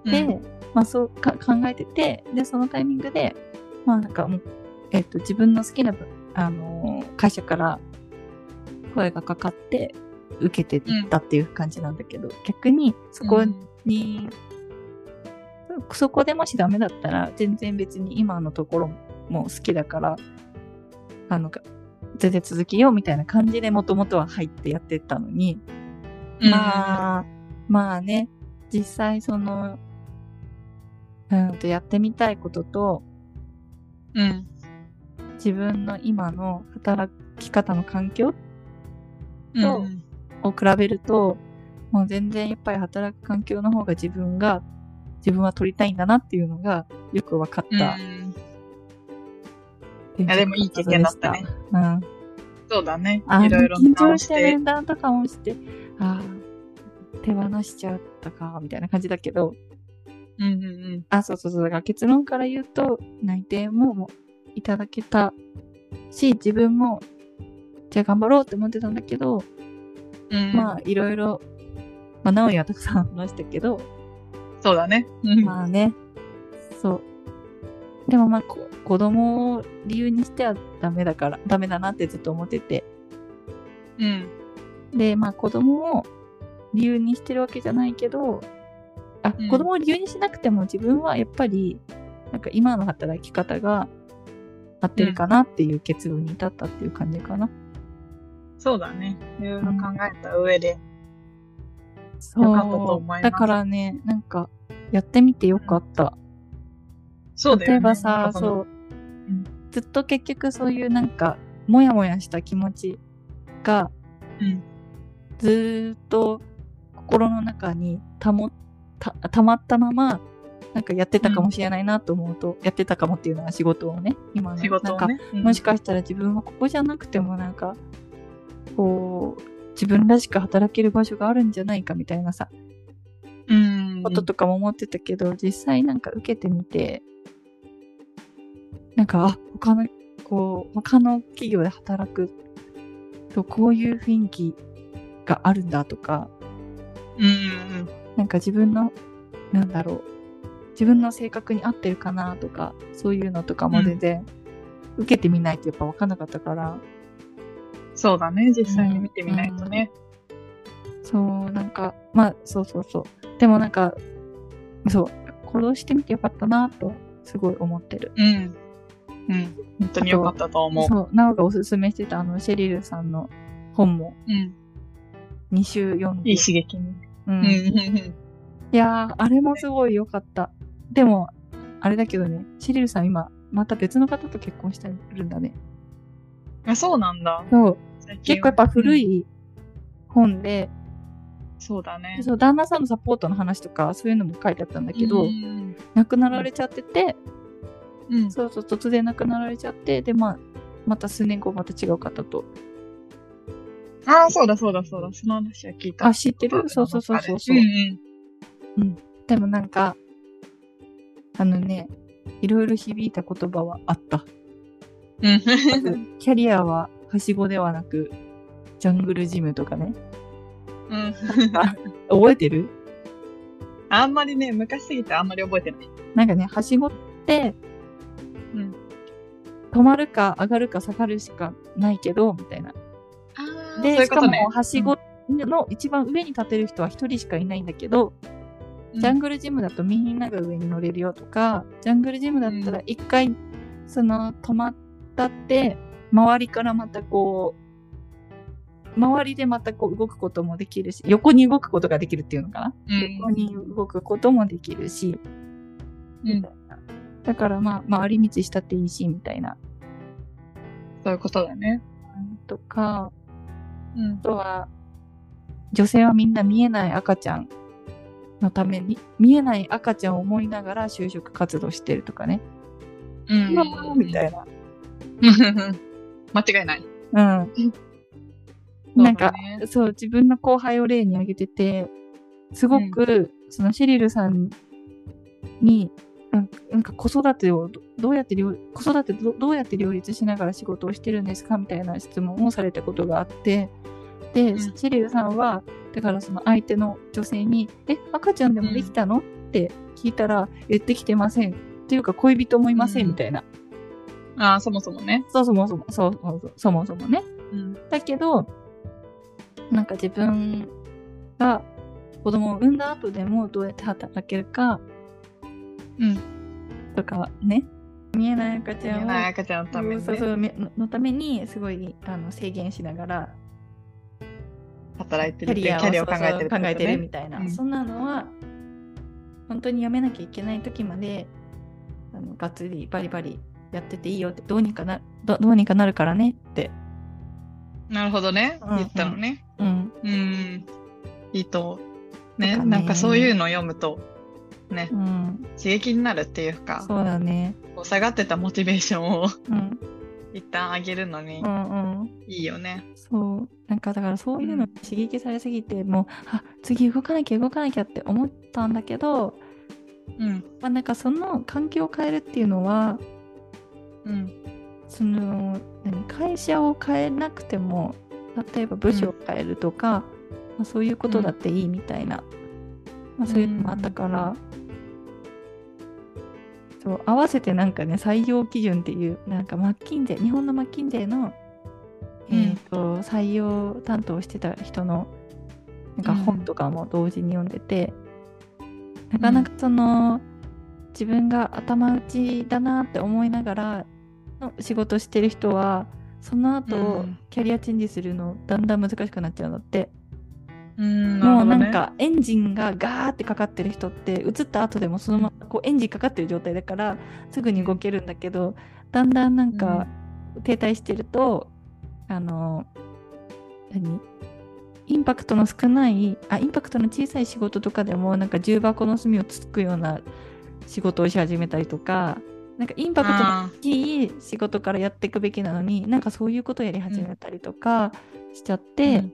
A: うん
C: で、まあ、そうか考えててでそのタイミングで、まあなんかもうえっと自分の好きなぶ、あのー会社から声がかかって受けていったっていう感じなんだけど、逆にそこ
A: うん
C: に、そこでもしダメだったら全然別に今のところも好きだからあのか全然続けようみたいな感じでもともとは入ってやってたのに、まあ、まあね、実際その、うんとやってみたいことと、
A: うん。
C: 自分の今の働き方の環境
A: うん
C: を比べると、もう全然やっぱり働く環境の方が自分が、自分は取りたいんだなっていうのがよく分か
A: う
C: った。
A: ん。いや、でもいい経験だったね。。
C: うん。
A: そうだね。
C: あの
A: いろいろ
C: 緊張
A: 直
C: し
A: してて。
C: 面談とかもして、ああ、手放しちゃったか、みたいな感じだけど、
A: うんうん
C: あ、そうそうそう、だから結論から言うと、内定ももういただけたし、自分も、じゃあ頑張ろうって思ってたんだけど、
A: うん。うん、
C: まあ、いろいろ、まあ、直哉はたくさん話したけど、
A: そうだね。うん。
C: まあね、そう。でもまあ、こ子供を理由にしてはダメだから、ダメだなってずっと思ってて、
A: うん。
C: で、まあ子供を理由にしてるわけじゃないけど、あ、
A: うん
C: 子供を理由にしなくても自分はやっぱり、なんか今の働き方が合ってるかなっていう結論に至ったっていう感じかな。
A: そうだね。いろいろ考えた上で。
C: そう
A: よかったと思います
C: だからね、なんか、やってみてよかった。
A: そうだよね。
C: 例えばさ、
A: なんか
C: そう、
A: ん
C: ずっと結局そういうなんか、もやもやした気持ちが、
A: うん
C: ずーっと心の中にたもた、たまったまま、なんかやってたかもしれないなと思うと、やってたかもっていうのは仕事をね、今の。
A: 仕事を
C: なん
A: ね。
C: か、もしかしたら自分はここじゃなくてもなんか、こう、自分らしく働ける場所があるんじゃないかみたいなさ、
A: うん。
C: こととかも思ってたけど、実際なんか受けてみて、なんか、あ、他の、こう、他の企業で働くと、こういう雰囲気があるんだとか、
A: うんうん
C: なんか自分の、なんだろう、自分の性格に合ってるかなとか、そういうのとかも全然、受けてみないとやっぱ分かんなかったから、
A: うん。そうだね。実際に見てみないとね。
C: そう、なんか、まあ、そうそうそう。でもなんか、そう、行動してみてよかったなと、すごい思ってる。
A: うん。うん。本当に良かったと思う。
C: そう、なおがおすすめしてたあの、シェリルさんの本も
A: うん。
C: 2週読んで。
A: いい刺激に。
C: う。
A: うんん
C: い
A: うんうん。
C: やー、あれもすごい良かった。でも、あれだけどね、シェリルさん今、また別の方と結婚してるんだね。
A: あ、そうなんだ。
C: そう。
A: 最近
C: 結構やっぱ古
A: うん
C: い本で、
A: そうだね。
C: そう、旦那さんのサポートの話とか、そういうのも書いてあったんだけど、
A: うん。
C: 亡くなられちゃってて、
A: うん
C: そうそう、突然亡くなられちゃって、で、まあ、また数年後また違う方と。
A: ああ、そうだそうだそうだ。その話は聞いた。
C: あ、知ってるそうそうそうそうそう
A: あれ。ん
C: でもなんか、あのね、いろいろ響いた言葉はあった。
A: うん。
C: ま
A: う
C: ず
A: ん
C: キャリアははしごではなく、ジャングルジムとかね。
A: うん。
C: 覚えてる
A: あんまりね、昔すぎてあんまり覚えてない。
C: なんかね、はしごって、
A: うん。
C: 止まるか上がるか下がるしかないけど、みたいな。
A: ああ、そう
C: で、
A: いう
C: し
A: こ
C: か
A: とね
C: も、。はしごの一番上に立てる人は一人しかいないんだけど、ジャングルジムだとみんなが上に乗れるよとか、ジャングルジムだったら一回、その、止まったって、周りからまたこう、周りでまたこう動くこともできるし、横に動くことができるっていうのかな、
A: うん
C: 横に動くこともできるし、
A: うん
C: みたいな。だからまあ、回り道したっていいし、みたいな。
A: そういうことだね。
C: とか、
A: うん
C: あ。とは、女性はみんな見えない赤ちゃんのために、見えない赤ちゃんを思いながら就職活動してるとかね。
A: うん
C: うわーみたいな。
A: 間違いない。
C: うん。
A: そうだね
C: なんか、そう、自分の後輩を例に挙げてて、すごく、そのシェリルさんに、なんかなんか子育てをどどうやって両、子育てどどうやって両立しながら仕事をしてるんですかみたいな質問をされたことがあって、で、
A: ん
C: シェリルさんは、だからその相手の女性に、え、赤ちゃんでもできたの、って聞いたら、え、できてません。っていうか、恋人もいませ
A: う
C: ん、
A: ん
C: みたいな。
A: ああ、そもそもね。
C: そうそもそも、そうそうそう、そもそもね。
A: うん。
C: だけど、なんか自分が子供を産んだ後でもどうやって働けるか
A: うん。
C: とかね、見えない赤ち
A: 見
C: ゃ
A: え
C: ん
A: ない
C: を
A: 赤ちゃんのために
C: そう
A: ね
C: そうめのためにすごいあの制限しながら
A: 働いて
C: キ
A: る
C: ャ
A: っていう
C: リアを
A: キャリアを考え
C: そ
A: てるっ
C: うそう
A: てこと
C: 考
A: ね
C: えてるみたいな、
A: うん
C: そんなのは本当にやめなきゃいけない時まであのがっつりバリバリやってていいよってどうにかなどどうにかなるからねって、
A: なるほどね
C: うん。
A: 言ったのね。
C: うん、
A: うん。いいと、ね、
C: とかね
A: なんかそういうの読むと、ね
C: う、ん、
A: 刺激になるっていうか、
C: そうだね。
A: こう下がってたモチベーションを
C: うん、
A: 一旦上げるのに
C: うん、うん。
A: いいよね。
C: そう。なんかだからそういうのに刺激されすぎて、もう、あ、次動かなきゃ動かなきゃって思ったんだけど、
A: うん。
C: まあなんかその環境を変えるっていうのは、
A: うん。
C: その、何、会社を変えなくても、例えば部署を変えるとか、まあ、そういうことだっていいみたいな、まあそういうのもあったから、そう、合わせてなんかね、採用基準っていう、なんかマッキンゼー、日本のマッキンゼーの、
A: うん
C: えっ、と、採用担当してた人の、なんか
A: うん
C: 本とかも同時に読んでて、なかなかその、自分が頭打ちだなって思いながらの仕事してる人はその後
A: うん
C: キャリアチェンジするのだんだん難しくなっちゃうんだって、
A: うん。
C: もうな
A: るほどね
C: ん、かエンジンがガーってかかってる人って移った後でもそのままこうエンジンかかってる状態だからすぐに動けるんだけどだんだんなんか停滞してると、あの何インパクトの少ないあインパクトの小さい仕事とかでもなんか重箱の隅をつつくような仕事をし始めたりとかなんかインパクトの
A: あ
C: 大きい仕事からやっていくべきなのになんかそういうことをやり始めたりとかしちゃっ
A: ー
C: て、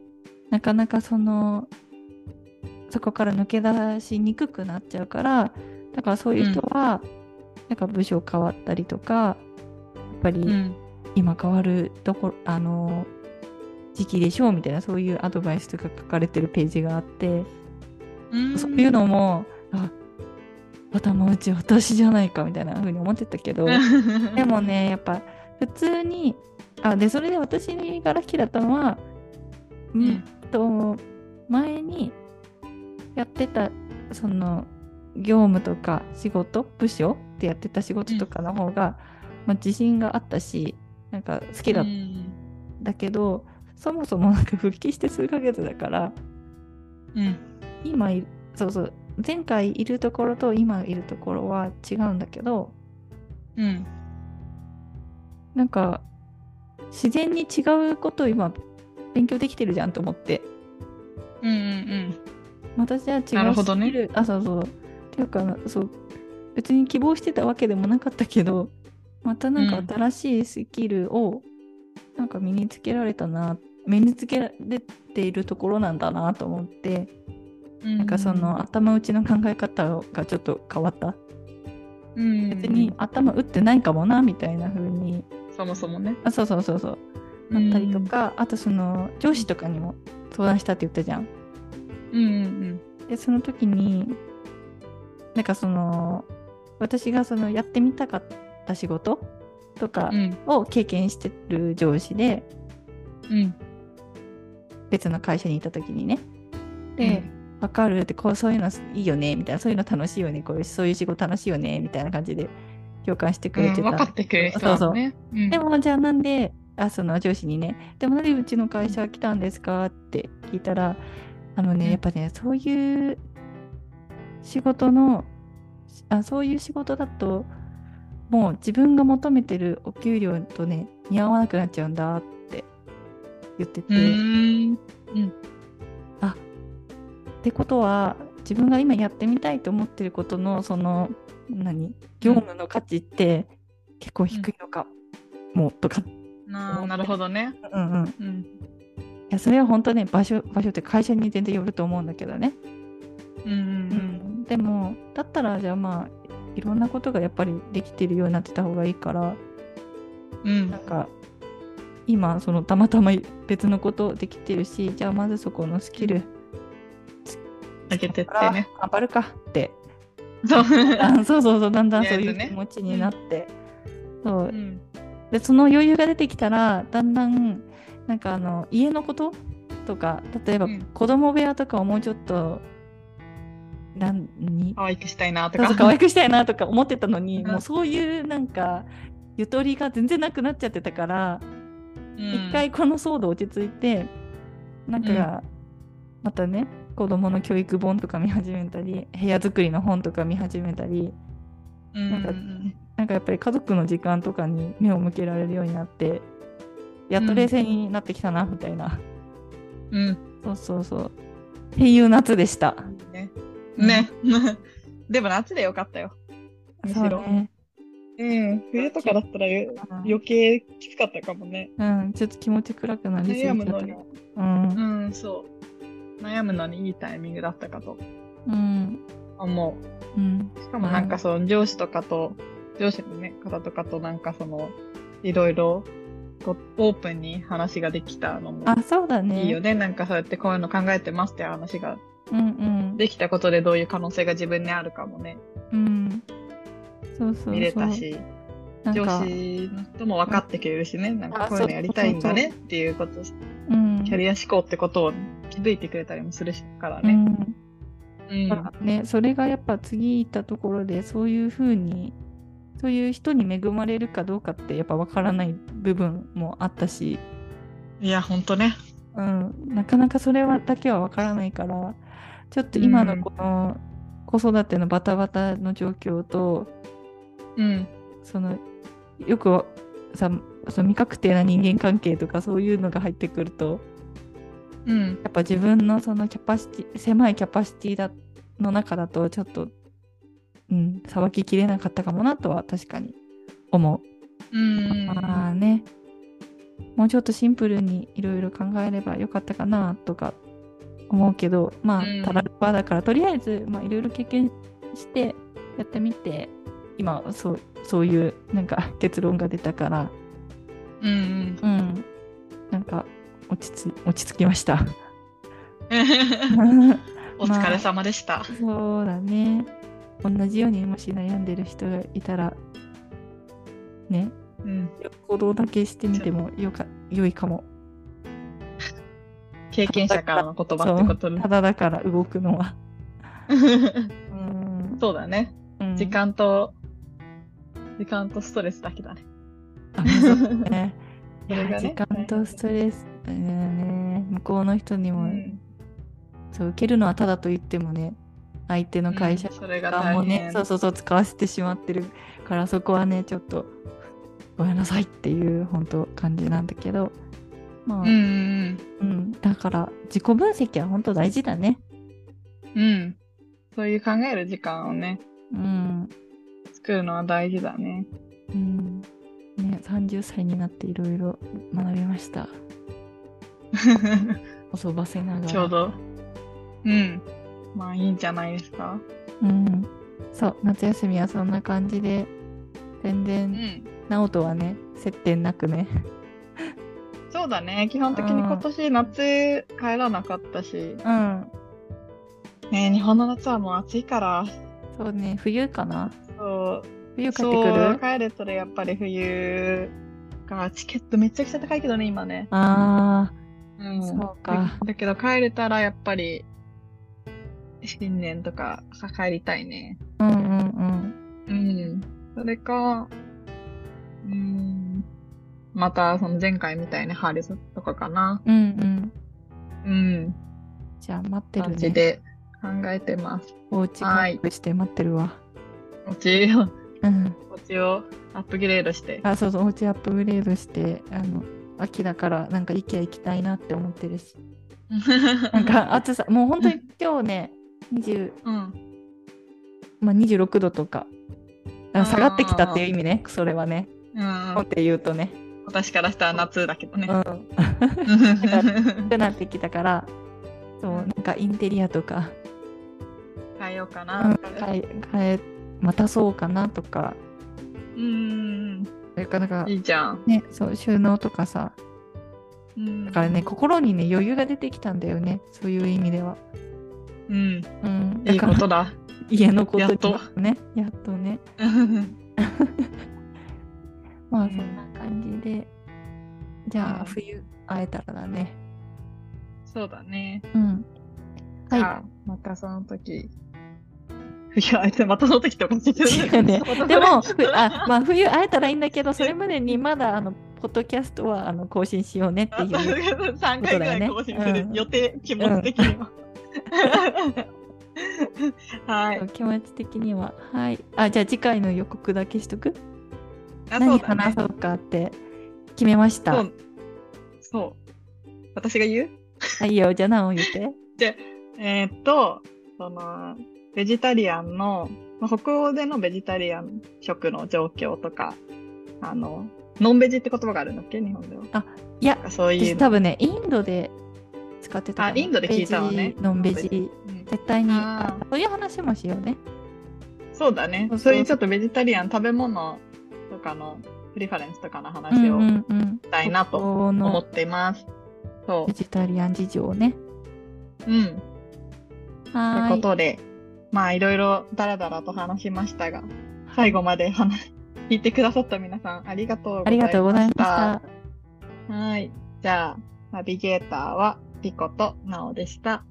C: なかなかそのそこから抜け出しにくくなっちゃうからだからそういう人は、なんか部署変わったりとかやっぱ
A: うん。う
C: り
A: ん
C: 今変わるところ、あの時期でしょうみたいなそういうアドバイスとか書かれてるページがあって、
A: うん
C: そう いうのもあ頭打ち私じゃないかみたいな風に思ってた けど。でもね、やっぱ普通に、あ、で、それで私がラッキーだったのは、う
A: うん
C: んと、前にやってた、その、業務とか仕事、部署ってやってた仕事とかの方が、まあ、自信があったし、なんか好きだっ
A: うん
C: たけど、そもそもなんか復帰して数ヶ月だから、
A: うん
C: 今いる、そうそう、前回いるところと今いるところは違うんだけど、
A: うん
C: なんか自然に違うことを今勉強できてるじゃんと思って
A: うんうん
C: 私は違う
A: なるほどね
C: スキルあそうそうっていうかそう別に希望してたわけでもなかったけどまたなんか新しいスキルをなんか身につけられたな身につけられているところなんだなと思って
A: うん
C: なんかその頭打ちの考え方がちょっと変わった
A: うん
C: 別に頭打ってないかもなみたいな風に
A: そもそもね
C: あそうそうそうそうなったりとか、あとその上司とかにも相談したって言ったじゃん。
A: うんうん
C: でその時になんかその私がそのやってみたかった仕事とか
A: うんうん
C: を経験してる上司で
A: うん
C: 別の会社にいた時にね。で、わかるってこうそういうのいいよねみたいなそういうの楽しいよねこういうそういう仕事楽しいよねみたいな感じで共感してく
A: うん
C: れてた、
A: 分かってくれる人だもんねうん
C: でもじゃあなんであその上司にね「でもなんでうちの会社来たんですか?」って聞いたらあの
A: う
C: ね
A: ん
C: やっぱねそういう仕事のあそういう仕事だともう自分が求めてるお給料とね似合わなくなっちゃうんだって言って
A: う
C: て。
A: ーん
C: ってことは自分が今やってみたいと思ってることのその何業務の価値って結構低いのかもとか
A: ななるほどね
C: うんうん
A: うん
C: いやそれは本当ね場所場所って会社に全然よると思うんだけどね、
A: うんうん
C: でもだったらじゃあまあいろんなことがやっぱりできてるようになってた方がいいから
A: うんうん
C: なんか今そのたまたま別のことできてるしじゃあまずそこのスキル
A: 上げてっ
C: か
A: て
C: ら
A: ね
C: 頑張るかって
A: そう
C: あそうそうそうだんだんそう
A: とり
C: い
A: あえ
C: う
A: ずね
C: 気持ちになって、 そう
A: うん
C: でその余裕が出てきたらだんだんなんかあの家のこととか例えば
A: うん
C: 子供部屋とかをもうちょっと、なんに
A: 可愛くしたいなと
C: そう
A: か
C: そう可愛くしたいなとか思ってたのに、
A: うん
C: もうそういうなんかゆとりが全然なくなっちゃってたから
A: うん
C: 一、回この騒動落ち着いてなんか、
A: うん
C: またね子供の教育本とか見始めたり部屋作りの本とか見始めたり
A: うん
C: なんかなんかやっぱり家族の時間とかに目を向けられるようになってやっと冷静になってきたなみたいな、
A: うん
C: そうそうそうっていう夏でした。
A: ね。ね。 でも夏でよかったよ。むしろ。
C: ね。
A: うん。冬とかだったらよ余計きつかったかもね。
C: うん、ちょっと気持ち暗くなりすぎちゃ
A: 悩
C: っ
A: む
C: たか
A: の
C: ら
A: に。。
C: うん。
A: うん、そう。悩むのにいいタイミングだったかと
C: うん。
A: 思う。
C: うん。
A: しかもなんかその上司とかと、上司のね、方とかとなんかその、いろいろ、こうオープンに話ができたのも
C: あ、そうだね。
A: いいよね。なんかそうやってこういうの考えてますって話が
C: うんうん。
A: できたことでどういう可能性が自分にあるかもね、
C: うん。そうそうそう。
A: 見れたし、
C: なん
A: 上
C: か、
A: 司の人も分かってくれるしね、なんかこういうのやりたいんだねっていうこと、
C: うん。
A: キャリア思考ってことを気づいてくれたりもするから
C: う
A: ね。
C: ん。
A: うん。
C: だからね、それがやっぱ次行ったところでそういうふうにそういう人に恵まれるかどうかってやっぱわからない部分もあったし、
A: いや、ほんとね。
C: うん、なかなかそれはだけはわからないからちょっと今
A: う
C: の
A: ん
C: この子育てのバタバタの状況と、
A: うん。
C: そのよくさその未確定な人間関係とかそういうのが入ってくると
A: うん。
C: やっぱ自分のそのキャパシティ狭いキャパシティだの中だとちょっとうんさばききれなかったかもなとは確かに思
A: うん
C: う。まあねもうちょっとシンプルにいろいろ考えればよかったかなとか思うけど
A: う
C: ま
A: ん
C: あたらればだからとりあえずいろいろ経験してやってみて今そうそういうなんか結論が出たから
A: うんうん。
C: うんなんか落ち着落ち着きました。
A: お疲れ様でした。
C: そうだね。同じようにもし悩んでる人がいたら、ね、
A: うん。
C: 行動だけしてみてもよか良いかも。
A: 経験者からの言葉ってことね
C: ただだから動くのは。う
A: そうだね。
C: ん。
A: 時間と、時間とストレスだけだね。
C: あそうだね。い
A: そ
C: や
A: れがね
C: 時間とストレス、うんね、向こうの人に
A: う
C: も、
A: ん
C: そう受けるのはただと言ってもね相手の会社
A: うんそれが
C: 側
A: 大
C: も
A: 変。
C: ね、そうそうそう使わせてしまってるからそこはねちょっとごめんなさいっていう本当感じなんだけどまあ、
A: うんうん
C: うん、だから自己分析は本当大事だね。
A: うん。うん。そういう考える時間をね、
C: うん。
A: 作るのは大事だね。
C: うん。ね、30歳になっていろいろ学びました。遊ばせながら。
A: ちょう。ど。うん。まあいいんじゃないですか。
C: うん。そう、夏休みはそんな感じで、全
A: う
C: 然、
A: ん。
C: 直人はね、接点なくね。
A: そうだね。基本的に今年夏帰らなかったし、
C: うん。
A: ね、日本の夏はもう暑いから、
C: そうね、冬かな
A: そう、
C: 冬帰ってく
A: そう
C: る
A: 帰れたらやっぱり冬がチケットめちゃくちゃ高いけどね今ね、
C: あ
A: うん
C: そうか
A: だだけど帰れたらやっぱり新年とか帰りたいね
C: あ、うんうん
A: うんそれかうんまたその前回みたいにハーレスとかかな
C: うん。うんうん。
A: うん
C: じゃあ待って
A: 感
C: る
A: じ
C: ね。
A: で考えてます
C: おうち
A: はい
C: して待ってるわ。
A: お家を
C: うん。
A: お家をアップグレードして
C: あ、そうそう、お家アップグレードして、あの、秋だから、なんか IKEA 行きたいなって思ってるし。なんか暑さ、もう本当に今日ね、20
A: うん
C: まあ、26度とか、あ
A: あー
C: 下がってきたっていう意味ね、それはね。
A: うん
C: もって言うとね、
A: 私からしたら夏だけどね
C: うん、暑くなってきたから、そう、なんかインテリアとか、
A: 変えようか
C: うん、
A: な。
C: 変え、変え、またそうかなとか、
A: うん。
C: それからなんか
A: い、いじゃん。
C: ね、そう、収納とかさ、
A: うん
C: だからね、心にね、余裕が出てきたんだよね、そういう意味では。
A: うん。
C: うん、
A: い
C: だ
A: い
C: から
A: ことだ。
C: 家のこと
A: やっと
C: にね、やっとね。まあ、そんな感じで、じゃ
A: うん
C: あ、冬会えたらだね。
A: そうだね。
C: うん。はい
A: じゃあまたその時。いや、あいつまたその時っておかしいけど
C: 違う ね
A: またそれ
C: で も、ふあまあ、冬会えたらいいんだけど、それまでにまだあのポッドキャストはあの更新しようねっていう。
A: 3回ぐらい更新する
C: うん
A: 予定、気持ち的には。 はい。
C: 気持ち的には。はい。あ、じゃあ次回の予告だけしとく、
A: あそ
C: 何
A: うだ
C: 話
A: ね
C: そ。うかって決めまし
A: そ
C: た。
A: う。そう。私が言う
C: はいいよ、じゃあ何を言って。
A: えーっと、その、ベジタリアンの、まあ北欧でのベジタリアン食の状況とか、あの、ノンベジって言葉があるんだっけ日本では。
C: いや
A: なん、かそうい
C: 私
A: うの。
C: 多分ね、インドで使ってたか
A: あ、
C: な
A: インドで聞いたのね
C: ベ。ジノンベジ。
A: うん
C: 絶対に
A: あー
C: あそういう話もしようね。
A: そうだね。
C: そうそう
A: そういうちょっとベジタリアン食べ物とかのプリファレンスとかの話を
C: んうん、
A: したいなと
C: 北欧
A: 思っ
C: の
A: ています。そ
C: ベジタリアン事情ね。
A: う。うん。と
C: は
A: いう
C: ー
A: こ
C: い。
A: とで、まあいろいろダラダラと話しましたが、最後まで話聞いてくださった皆さんありがとうご
C: あ
A: ざい
C: り
A: ました。
C: がとうございました。
A: はい。じゃあ、ナビゲーターはピコとナオでした。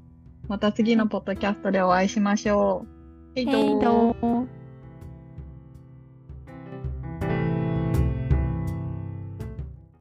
A: また次のポッドキャストでお会いしましょう。ヘイ
C: ヘ
A: ト
C: イ
A: ー
C: ドー。